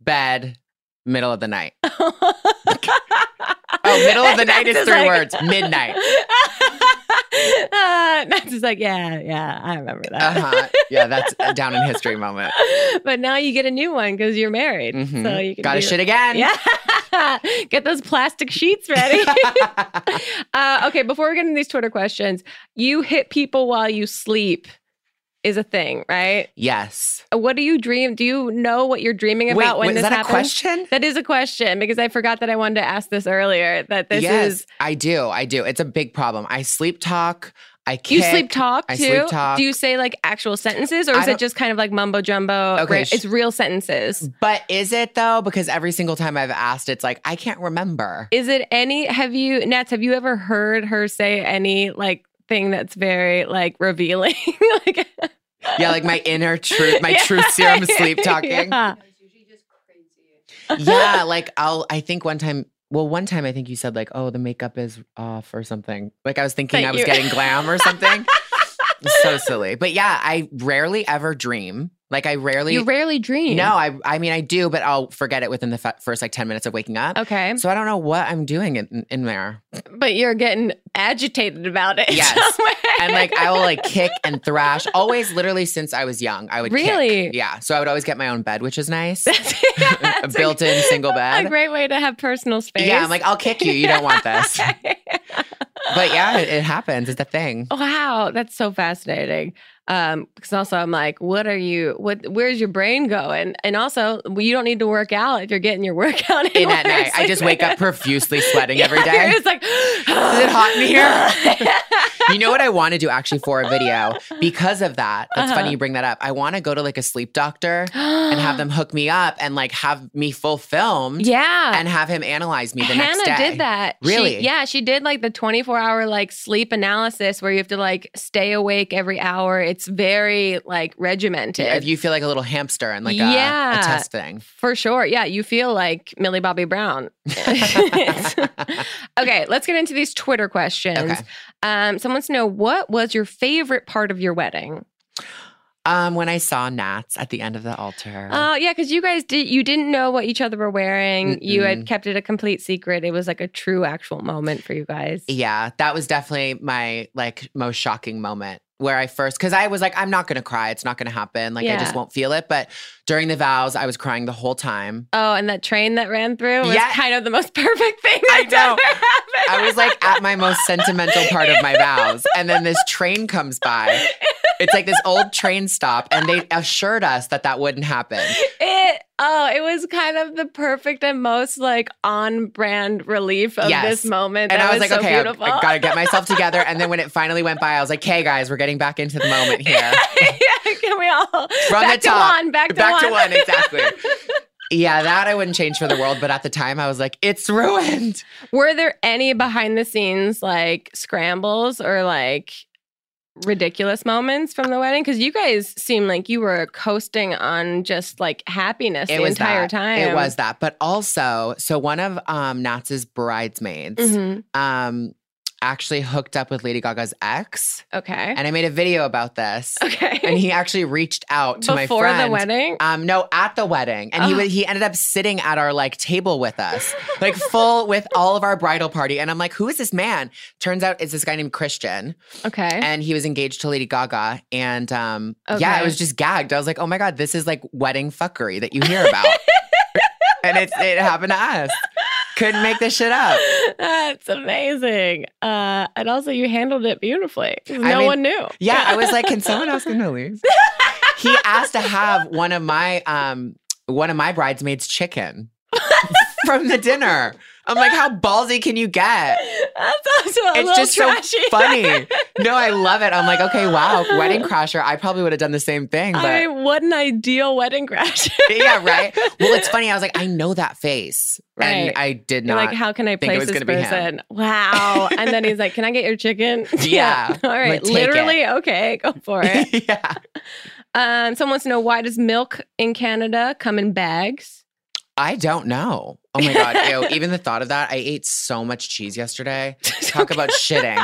Speaker 3: bed, middle of the night. Oh, middle of the night is
Speaker 1: Just
Speaker 3: three
Speaker 1: like-
Speaker 3: words. Midnight.
Speaker 1: uh, Matt's just like, yeah, yeah, I remember that.
Speaker 3: Uh-huh. Yeah, that's a down in history moment.
Speaker 1: But now you get a new one because you're married,
Speaker 3: Mhm.
Speaker 1: so you can
Speaker 3: Got to
Speaker 1: do-
Speaker 3: shit again.
Speaker 1: Yeah, get those plastic sheets ready. uh, okay, before we get into these Twitter questions, you hit people while you sleep is a thing, right?
Speaker 3: yes.
Speaker 1: What do you dream? Do you know what you're dreaming
Speaker 3: Wait,
Speaker 1: about when
Speaker 3: wait,
Speaker 1: this
Speaker 3: is that
Speaker 1: happens?
Speaker 3: a question?
Speaker 1: That is a question because I forgot that I wanted to ask this earlier. That this
Speaker 3: yes,
Speaker 1: is
Speaker 3: I do. I do. It's a big problem. I sleep talk. I kick.
Speaker 1: You sleep talk too?
Speaker 3: I sleep talk.
Speaker 1: Do you say like actual sentences or
Speaker 3: I
Speaker 1: is it
Speaker 3: don't-
Speaker 1: just kind of like mumbo jumbo?
Speaker 3: Okay,
Speaker 1: Right?
Speaker 3: sh-
Speaker 1: it's real sentences.
Speaker 3: But is it though? Because every single time I've asked, it's like I can't remember.
Speaker 1: Is it any have you Nats, have you ever heard her say any like thing that's very like revealing? like
Speaker 3: yeah, like my inner truth, my
Speaker 1: Yeah.
Speaker 3: truth serum is sleep talking. Yeah.
Speaker 1: Yeah.
Speaker 4: It's usually just crazy.
Speaker 3: like I'll. I think one time. Well, one time I think you said like, "Oh, the makeup is off" or something. Like I was thinking
Speaker 1: That
Speaker 3: I was
Speaker 1: you-
Speaker 3: getting glam or something. so silly. But yeah, I rarely ever dream. Like I rarely.
Speaker 1: You rarely dream.
Speaker 3: no, I. I mean, I do, but I'll forget it within the f- first like ten minutes of waking up.
Speaker 1: Okay.
Speaker 3: So I don't know what I'm doing in, in there.
Speaker 1: But you're getting agitated about it.
Speaker 3: Yes.
Speaker 1: somewhere.
Speaker 3: And like I will like kick and thrash. Always literally since I was young. I would kick.
Speaker 1: Really?
Speaker 3: Yeah. So I would always get my own bed, which is nice.
Speaker 1: That's-
Speaker 3: a
Speaker 1: that's
Speaker 3: built-in single
Speaker 1: A
Speaker 3: bed.
Speaker 1: great way to have personal space.
Speaker 3: Yeah, I'm like, I'll kick you. You don't want this. But yeah, it, it happens. It's a thing.
Speaker 1: Wow, that's so fascinating. Um, because also I'm like, what are you? What? Where's your brain going? And also, well, you don't need to work out if you're getting your workout in,
Speaker 3: In at
Speaker 1: while you're
Speaker 3: night, I just
Speaker 1: sleeping.
Speaker 3: wake up profusely sweating every
Speaker 1: Yeah, you're
Speaker 3: day.
Speaker 1: just like, is
Speaker 3: it hot in here? You know what I want to do actually for a video because of that. That's
Speaker 1: Uh-huh.
Speaker 3: funny you bring that up. I want to go to like a sleep doctor and have them hook me up and like have me full filmed
Speaker 1: Yeah.
Speaker 3: and have him analyze me the
Speaker 1: Hannah
Speaker 3: next day.
Speaker 1: did that. She-
Speaker 3: Really?
Speaker 1: yeah, she did like the 24 hour like sleep analysis where you have to like stay awake every hour. It's very like regimented.
Speaker 3: If you feel like a little hamster and like a- a,
Speaker 1: Yeah.
Speaker 3: test thing.
Speaker 1: For sure. Yeah, you feel like Millie Bobby Brown. okay, let's get into these Twitter questions.
Speaker 3: Okay.
Speaker 1: Um, someone wants to know what was your favorite part of your wedding?
Speaker 3: Um, when I saw Nats at the end of the altar.
Speaker 1: Oh, yeah, because you guys did you didn't know what each other were wearing. You had
Speaker 3: Mm-mm.
Speaker 1: kept it a complete secret. It was like a true actual moment for you guys.
Speaker 3: yeah, that was definitely my like most shocking moment where I first because I was like, I'm not gonna cry. It's not gonna happen. Like I
Speaker 1: Yeah.
Speaker 3: just won't feel it. But during the vows, I was crying the whole time.
Speaker 1: Oh, and that train that ran through was
Speaker 3: Yeah.
Speaker 1: kind of the most perfect thing
Speaker 3: I
Speaker 1: that's
Speaker 3: know.
Speaker 1: ever happened.
Speaker 3: I was like at my most sentimental part of my vows. And then this train comes by. It's like this old train stop, and they assured us that that wouldn't happen.
Speaker 1: it Oh, it was kind of the perfect and most like on brand relief of
Speaker 3: Yes.
Speaker 1: this moment.
Speaker 3: And
Speaker 1: that
Speaker 3: I was like,
Speaker 1: so
Speaker 3: okay, I-
Speaker 1: beautiful.
Speaker 3: I, gotta get myself together. And then when it finally went by, I was like, hey guys, we're getting back into the moment here.
Speaker 1: yeah, can we all
Speaker 3: From
Speaker 1: back
Speaker 3: the top,
Speaker 1: to one, back to
Speaker 3: back
Speaker 1: one,
Speaker 3: to one, exactly. yeah, that I wouldn't change for the world. But at the time, I was like, it's ruined.
Speaker 1: Were there any behind the scenes like scrambles or like ridiculous moments from the wedding? Because you guys seem like you were coasting on just like happiness the entire
Speaker 3: that.
Speaker 1: time.
Speaker 3: It was that. But also, so one of um, Nats's bridesmaids
Speaker 1: Mhm.
Speaker 3: um, actually hooked up with Lady Gaga's ex.
Speaker 1: Okay.
Speaker 3: And I made a video about this.
Speaker 1: okay.
Speaker 3: and he actually reached out to my
Speaker 1: Before
Speaker 3: friend.
Speaker 1: the Oh. wedding.
Speaker 3: Um, no, at the wedding, and he
Speaker 1: Ugh.
Speaker 3: wa- he ended up sitting at our like table with us, like full with all of our bridal party. And I'm like, who is this man? Turns out it's this guy named Christian,
Speaker 1: Okay.
Speaker 3: and he was engaged to Lady Gaga. And um, yeah, I
Speaker 1: Eh. Okay.
Speaker 3: was just gagged. I was like, oh my god, this is like wedding fuckery that you hear about, and it's it happened to us. Couldn't make this shit up.
Speaker 1: That's amazing. Uh, and also, you handled it beautifully. 'cause No
Speaker 3: mean,
Speaker 1: one knew.
Speaker 3: Yeah, I was like, can someone else can leave? He asked to have one of my um one of my bridesmaids chicken from the dinner. I'm like, how ballsy can you get?
Speaker 1: That's also a
Speaker 3: It's
Speaker 1: little
Speaker 3: just
Speaker 1: trashy.
Speaker 3: so funny. No, I love it. I'm like, okay, wow, wedding crasher. I probably would have done the same thing, but
Speaker 1: I mean, what an ideal wedding crash.
Speaker 3: yeah, right. Well, it's funny. I was like, I know that face,
Speaker 1: Right.
Speaker 3: and I did
Speaker 1: You're
Speaker 3: not.
Speaker 1: like, how can I
Speaker 3: think it
Speaker 1: place
Speaker 3: was
Speaker 1: this
Speaker 3: gonna be him.
Speaker 1: person? Wow. and then he's like, Can I get your chicken?
Speaker 3: Yeah.
Speaker 1: All right.
Speaker 3: Like, take
Speaker 1: Literally, okay, go for it.
Speaker 3: yeah.
Speaker 1: um, someone wants to know why does milk in Canada come in bags?
Speaker 3: I don't know. Oh my god! Ew, even the thought of that, I ate so much cheese yesterday. Talk about shitting.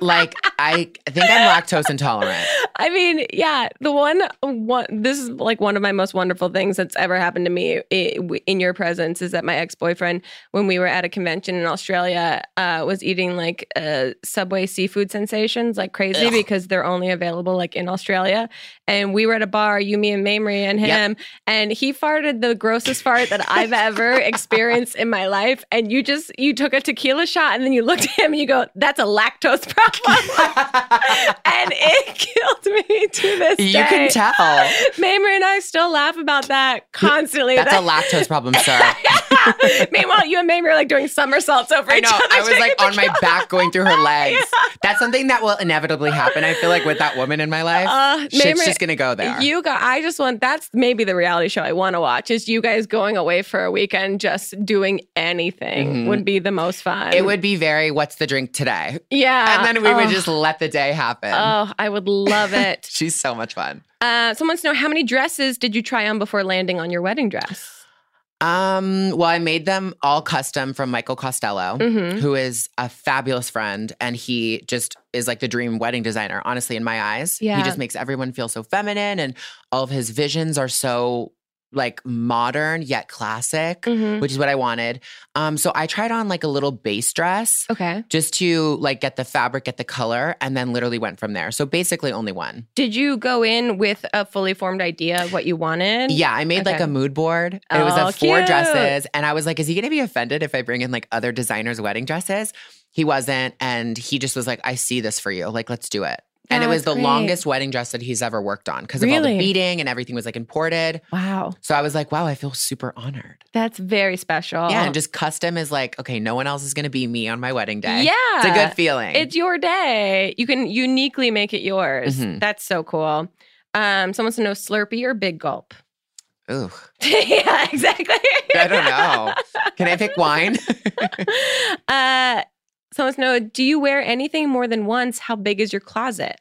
Speaker 3: Like I think I'm lactose intolerant.
Speaker 1: I mean, yeah, the one, one, this is like one of my most wonderful things that's ever happened to me i- w- in your presence is that my ex boyfriend, when we were at a convention in Australia, uh, was eating like uh, Subway seafood sensations like crazy
Speaker 3: Ugh.
Speaker 1: because they're only available like in Australia. And we were at a bar, you, me, and Mamrie, and
Speaker 3: Yep.
Speaker 1: him, and he farted the grossest fart that I've ever experienced in my life. And you just, you took a tequila shot and then you looked at him and you go, that's a lactose problem and it killed me to this
Speaker 3: you
Speaker 1: day.
Speaker 3: can tell
Speaker 1: Mamrie and I still laugh about that constantly.
Speaker 3: that's a lactose problem, sir.
Speaker 1: laugh. Meanwhile, you and Mamrie are like doing somersaults over
Speaker 3: I
Speaker 1: each
Speaker 3: know.
Speaker 1: other.
Speaker 3: I was
Speaker 1: trying
Speaker 3: like
Speaker 1: to
Speaker 3: on my
Speaker 1: kill-
Speaker 3: back, going through her legs. That's something that will inevitably happen. I feel like with that woman in my life,
Speaker 1: Uh,
Speaker 3: shit's
Speaker 1: Mamrie,
Speaker 3: just gonna go there.
Speaker 1: You go. I just want. That's maybe the reality show I want to watch. Is you guys going away for a weekend, just doing anything
Speaker 3: Mhm.
Speaker 1: would be the most fun.
Speaker 3: it would be very. What's the drink today?
Speaker 1: Yeah.
Speaker 3: And then we would
Speaker 1: Oh,
Speaker 3: just let the day happen.
Speaker 1: Oh, I would love it.
Speaker 3: She's so much fun.
Speaker 1: uh, someone wants to know how many dresses did you try on before landing on your wedding dress?
Speaker 3: Um, well, I made them all custom from Michael Costello,
Speaker 1: Mhm.
Speaker 3: who is a fabulous friend, and he just is like the dream wedding designer, honestly, in my eyes.
Speaker 1: Yeah.
Speaker 3: He just makes everyone feel so feminine and all of his visions are so like modern yet classic,
Speaker 1: Mhm.
Speaker 3: which is what I wanted. Um, so I tried on like a little base dress
Speaker 1: Okay.
Speaker 3: just to like get the fabric, get the color, and then literally went from there. So basically only one.
Speaker 1: Did you go in with a fully formed idea of what you wanted?
Speaker 3: Yeah, I made like
Speaker 1: Okay.
Speaker 3: a mood board. It was
Speaker 1: Oh,
Speaker 3: a four
Speaker 1: cute.
Speaker 3: dresses, and I was like, "Is he gonna be offended if I bring in like other designers' wedding dresses?" He wasn't, and he just was like, "I see this for you. Like, let's do it." and it was
Speaker 1: That's Ah,
Speaker 3: the
Speaker 1: great.
Speaker 3: longest wedding dress that he's ever worked on because of all
Speaker 1: Really?
Speaker 3: the beading and everything was like imported.
Speaker 1: Wow.
Speaker 3: So I was like, "Wow, I feel super honored."
Speaker 1: That's very special.
Speaker 3: Yeah, and just custom is like, okay, no one else is gonna be me on my wedding day.
Speaker 1: Yeah.
Speaker 3: it's a good feeling.
Speaker 1: It's your day. You can uniquely make it yours.
Speaker 3: Mhm.
Speaker 1: That's so cool. Um, someone wants to know Slurpee or Big Gulp.
Speaker 3: Ooh,
Speaker 1: yeah, exactly.
Speaker 3: I don't know. Can I pick wine?
Speaker 1: uh, someone wants to know Do you wear anything more than once? How big is your closet?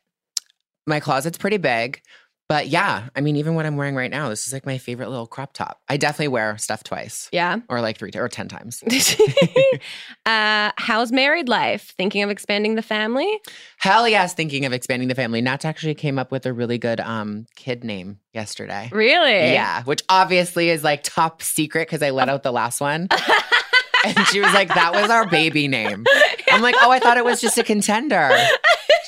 Speaker 3: my closet's pretty big. But yeah, I mean, even what I'm wearing right now, this is like my favorite little crop top. I definitely wear stuff twice
Speaker 1: Yeah.
Speaker 3: or like three or 10 times.
Speaker 1: uh, how's married life? Thinking of expanding the family?
Speaker 3: Hell yes, thinking of expanding the family. Nats actually came up with a really good um, kid name yesterday.
Speaker 1: Really?
Speaker 3: Yeah, which obviously is like top secret because I let out the last one. and she was like, that was our baby name. I'm like, oh, I thought it was just a contender.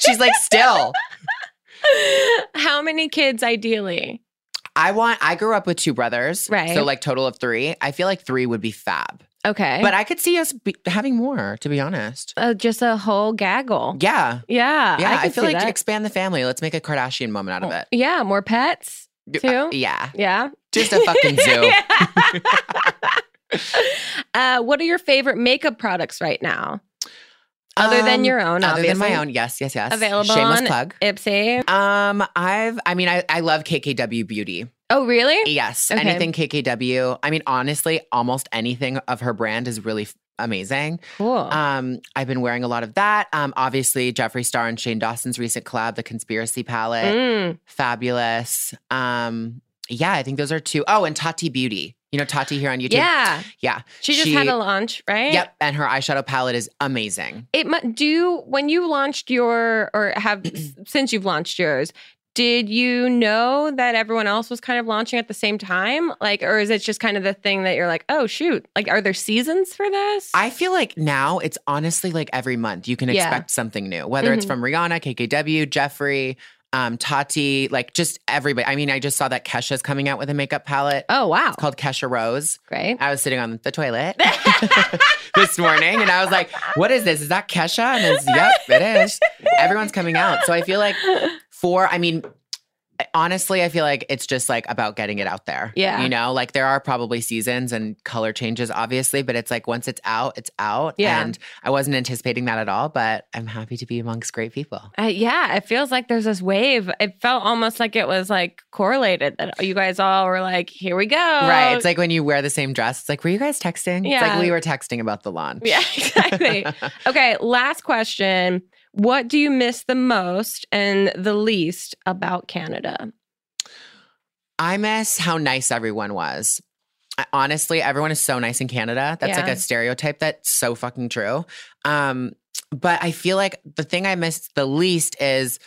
Speaker 3: She's like, still.
Speaker 1: How many kids ideally?
Speaker 3: I want, I grew up with two brothers.
Speaker 1: Right.
Speaker 3: So, like, total of three. I feel like three would be fab.
Speaker 1: Okay.
Speaker 3: But I could see us be- having more, to be honest.
Speaker 1: uh, just a whole gaggle.
Speaker 3: Yeah.
Speaker 1: Yeah.
Speaker 3: Yeah. I,
Speaker 1: can
Speaker 3: feel
Speaker 1: see
Speaker 3: like
Speaker 1: that.
Speaker 3: expand the family. Let's make a Kardashian moment out of it.
Speaker 1: yeah, more pets
Speaker 3: Uh,
Speaker 1: too.
Speaker 3: yeah.
Speaker 1: Yeah.
Speaker 3: Just a fucking zoo.
Speaker 1: uh, what are your favorite makeup products right now? Other than
Speaker 3: Um,
Speaker 1: your own,
Speaker 3: Other
Speaker 1: obviously.
Speaker 3: than my own, yes, yes, yes.
Speaker 1: Available
Speaker 3: Shameless
Speaker 1: on-
Speaker 3: plug.
Speaker 1: Ipsy.
Speaker 3: Um, I've, I mean, I, I love KKW Beauty.
Speaker 1: Oh, really?
Speaker 3: Yes,
Speaker 1: Okay.
Speaker 3: anything KKW. I mean, honestly, almost anything of her brand is really f- amazing.
Speaker 1: Cool.
Speaker 3: Um, I've been wearing a lot of that. Um, obviously, Jeffree Star and Shane Dawson's recent collab, The Conspiracy Palette,
Speaker 1: Mm.
Speaker 3: fabulous. Um, yeah, I think those are two. Oh, and Tati Beauty. You know Tati here on YouTube.
Speaker 1: Yeah.
Speaker 3: yeah.
Speaker 1: She just had
Speaker 3: She-
Speaker 1: a launch, right?
Speaker 3: Yep, and her eyeshadow palette is amazing.
Speaker 1: It mu- do you, when you launched your or have s- since you've launched yours. Did you know that everyone else was kind of launching at the same time? Like, or is it just kind of the thing that you're like, oh shoot, like, are there seasons for this?
Speaker 3: I feel like now it's honestly like every month you can
Speaker 1: Yeah.
Speaker 3: expect something new, whether it's
Speaker 1: Mhm.
Speaker 3: from Rihanna, KKW, Jeffrey, um, Tati, like just everybody. I mean, I just saw that Kesha's coming out with a makeup palette
Speaker 1: oh wow,
Speaker 3: called Kesha Rose.
Speaker 1: great.
Speaker 3: I was sitting on the toilet this morning and I was like, what is this? Is that Kesha? And it's, yep, it is. Everyone's coming out. So I feel like for, I mean, honestly, I feel like it's just like about getting it out there.
Speaker 1: Yeah.
Speaker 3: You know, like there are probably seasons and color changes, obviously, but it's like once it's out, it's out.
Speaker 1: Yeah.
Speaker 3: And I wasn't anticipating that at all, but I'm happy to be amongst great people.
Speaker 1: Uh, yeah, it feels like there's this wave. It felt almost like it was like correlated that you guys all were like, here we go.
Speaker 3: Right. It's like when you wear the same dress, it's like, were you guys texting? It's
Speaker 1: Yeah.
Speaker 3: like we were texting about the lawn.
Speaker 1: yeah, exactly. okay, last question. What do you miss the most and the least about Canada?
Speaker 3: I miss how nice everyone was. I, honestly, everyone is so nice in Canada. That's like
Speaker 1: Yeah.
Speaker 3: a stereotype that's so fucking true. Um, but I feel like the thing I miss the least is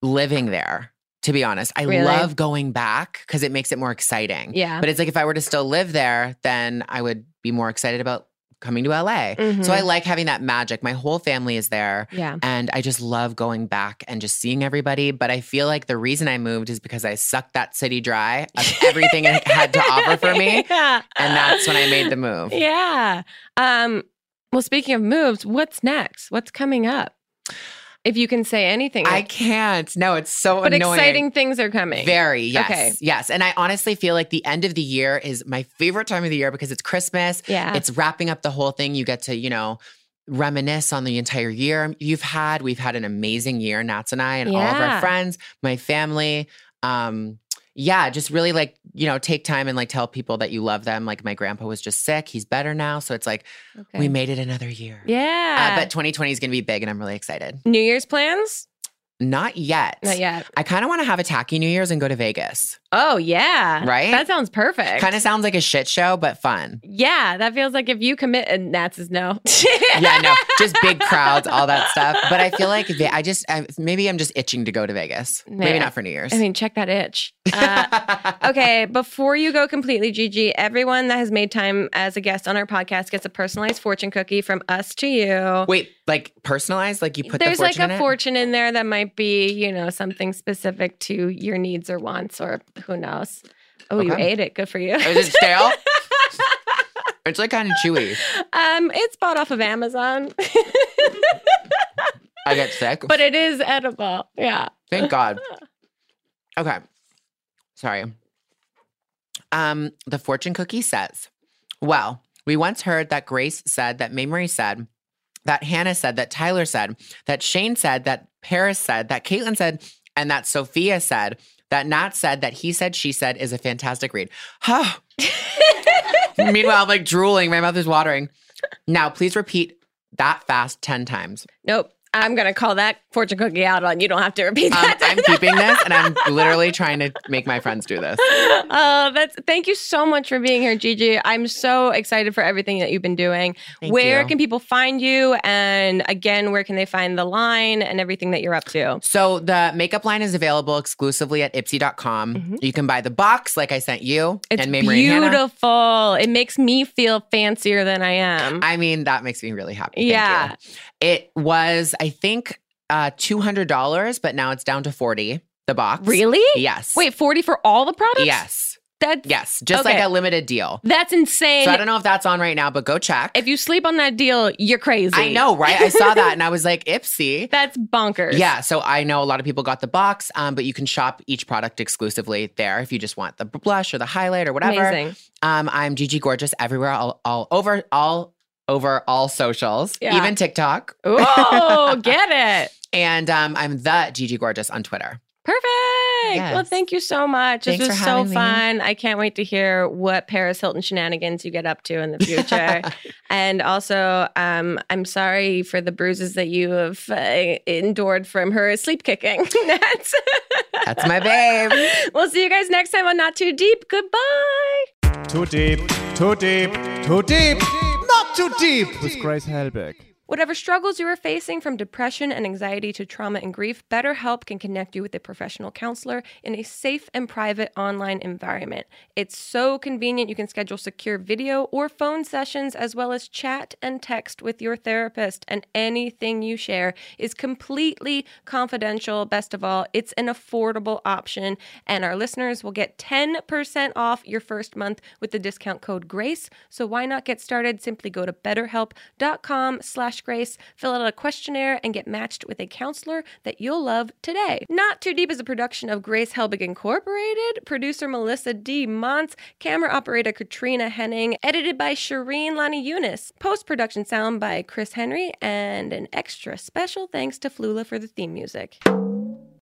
Speaker 3: living there, to be honest. I
Speaker 1: Really?
Speaker 3: love going back because it makes it more exciting.
Speaker 1: Yeah.
Speaker 3: But it's like if I were to still live there, then I would be more excited about coming to LA. So I
Speaker 1: Mhm.
Speaker 3: like having that magic. My whole family is there.
Speaker 1: yeah.
Speaker 3: And I just love going back and just seeing everybody. But I feel like the reason I moved is because I sucked that city dry of everything it had to offer for me.
Speaker 1: yeah.
Speaker 3: And that's when I made the move.
Speaker 1: Yeah. Um, well, speaking of moves, what's next? What's coming up? If you can say anything,
Speaker 3: I can't. No, it's so
Speaker 1: but
Speaker 3: annoying.
Speaker 1: exciting things are coming.
Speaker 3: Very, yes.
Speaker 1: Okay.
Speaker 3: Yes. And I honestly feel like the end of the year is my favorite time of the year because it's Christmas.
Speaker 1: yeah.
Speaker 3: It's wrapping up the whole thing. You get to, you know, reminisce on the entire year you've had. We've had an amazing year, Nats and I, and all of
Speaker 1: Yeah.
Speaker 3: our friends, my family. Um, yeah, just really like, you know, take time and like tell people that you love them. Like my grandpa was just sick. He's better now. So it's like,
Speaker 1: okay.
Speaker 3: we made it another year.
Speaker 1: yeah.
Speaker 3: Uh, but 2020 is going to be big and I'm really excited.
Speaker 1: New Year's plans?
Speaker 3: Not yet.
Speaker 1: Not yet.
Speaker 3: I kind of want to have a tacky New Year's and go to Vegas.
Speaker 1: Oh yeah.
Speaker 3: Right?
Speaker 1: That sounds perfect.
Speaker 3: Kind of sounds like a shit show, but fun.
Speaker 1: Yeah, that feels like if you commit and Nats is no.
Speaker 3: Yeah, no, just big crowds, all that stuff. But I feel like Ve- I just, I, maybe I'm just itching to go to Vegas. Maybe
Speaker 1: Yeah.
Speaker 3: not for New Year's.
Speaker 1: I mean, check that itch. Uh, okay, before you go completely, Gigi, everyone that has made time as a guest on our podcast gets a personalized fortune cookie from us to you.
Speaker 3: Wait, like personalized? Like you put
Speaker 1: There's
Speaker 3: the
Speaker 1: like a
Speaker 3: fortune in it?
Speaker 1: fortune in there that might be, you know, something specific to your needs or wants or who knows. Oh, you
Speaker 3: Okay.
Speaker 1: ate it. Good for you.
Speaker 3: Is it stale? it's like kind of chewy.
Speaker 1: um, it's bought off of Amazon,
Speaker 3: I get sick.
Speaker 1: but it is edible. Yeah.
Speaker 3: Thank God. Okay. Sorry. Um, the fortune cookie says, Well, we once heard that Grace said that Mamrie said that Hannah said that Tyler said that Shane said that Paris said that Caitlin said and that Sophia said that Nat said that he said she said is a fantastic read. Huh. Meanwhile, I'm like drooling. My mouth is watering. Now, please repeat that fast 10 times.
Speaker 1: Nope. I'm gonna call that fortune cookie out on you. Don't have to repeat
Speaker 3: Um,
Speaker 1: that.
Speaker 3: I'm keeping this and I'm literally trying to make my friends do this.
Speaker 1: Oh, that's thank you so much for being here, Gigi. I'm so excited for everything that you've been doing.
Speaker 3: Thank
Speaker 1: where
Speaker 3: you.
Speaker 1: can people find you? And again, where can they find the line and everything that you're up to?
Speaker 3: So the makeup line is available exclusively at ipsy.com.
Speaker 1: Mhm.
Speaker 3: You can buy the box like I sent you
Speaker 1: It's
Speaker 3: and Mamrie and Hannah.
Speaker 1: beautiful. It makes me feel fancier than I am.
Speaker 3: I mean, that makes me really happy. Thank you.
Speaker 1: Yeah.
Speaker 3: It was, I think, uh, $200, but now it's down to 40 the box.
Speaker 1: really?
Speaker 3: Yes.
Speaker 1: Wait, 40 for all the products?
Speaker 3: Yes.
Speaker 1: That's
Speaker 3: Yes, just
Speaker 1: Okay.
Speaker 3: like a limited deal.
Speaker 1: that's insane.
Speaker 3: So I don't know if that's on right now, but go check.
Speaker 1: if you sleep on that deal, you're crazy.
Speaker 3: I know, right? I saw that and I was like, Ipsy.
Speaker 1: That's bonkers.
Speaker 3: Yeah, so I know a lot of people got the box, um, but you can shop each product exclusively there if you just want the blush or the highlight or whatever.
Speaker 1: Amazing.
Speaker 3: Um, I'm Gigi Gorgeous everywhere, all, all over, all over all socials,
Speaker 1: Yeah.
Speaker 3: even TikTok.
Speaker 1: Oh, get it.
Speaker 3: And um, I'm the Gigi Gorgeous on Twitter.
Speaker 1: Perfect. Well,
Speaker 3: Yes.
Speaker 1: thank you so much.
Speaker 3: Thanks
Speaker 1: this was
Speaker 3: for
Speaker 1: so
Speaker 3: having me.
Speaker 1: fun. I can't wait to hear what Paris Hilton shenanigans you get up to in the future. and also, um, I'm sorry for the bruises that you have uh, endured from her sleep kicking. That's-
Speaker 3: That's my babe.
Speaker 1: we'll see you guys next time on Not Too Deep. Goodbye.
Speaker 5: Too deep, too deep, too deep
Speaker 2: Not too deep.
Speaker 5: with Grace Helbig.
Speaker 1: Whatever struggles you are facing, from depression and anxiety to trauma and grief, BetterHelp can connect you with a professional counselor in a safe and private online environment. It's so convenient. You can schedule secure video or phone sessions, as well as chat and text with your therapist, and anything you share is completely confidential. Best of all, it's an affordable option, and our listeners will get 10% off your first month with the discount code GRACE. So why not get started? Simply go to betterhelp.com slash grace, fill out a questionnaire, and get matched with a counselor that you'll love today. Not Too Deep is a production of Grace Helbig Incorporated, producer Melissa D. Montz, camera operator Katrina Henning, edited by Shireen Lani Eunice, post-production sound by Chris Henry, and an extra special thanks to Flula for the theme music.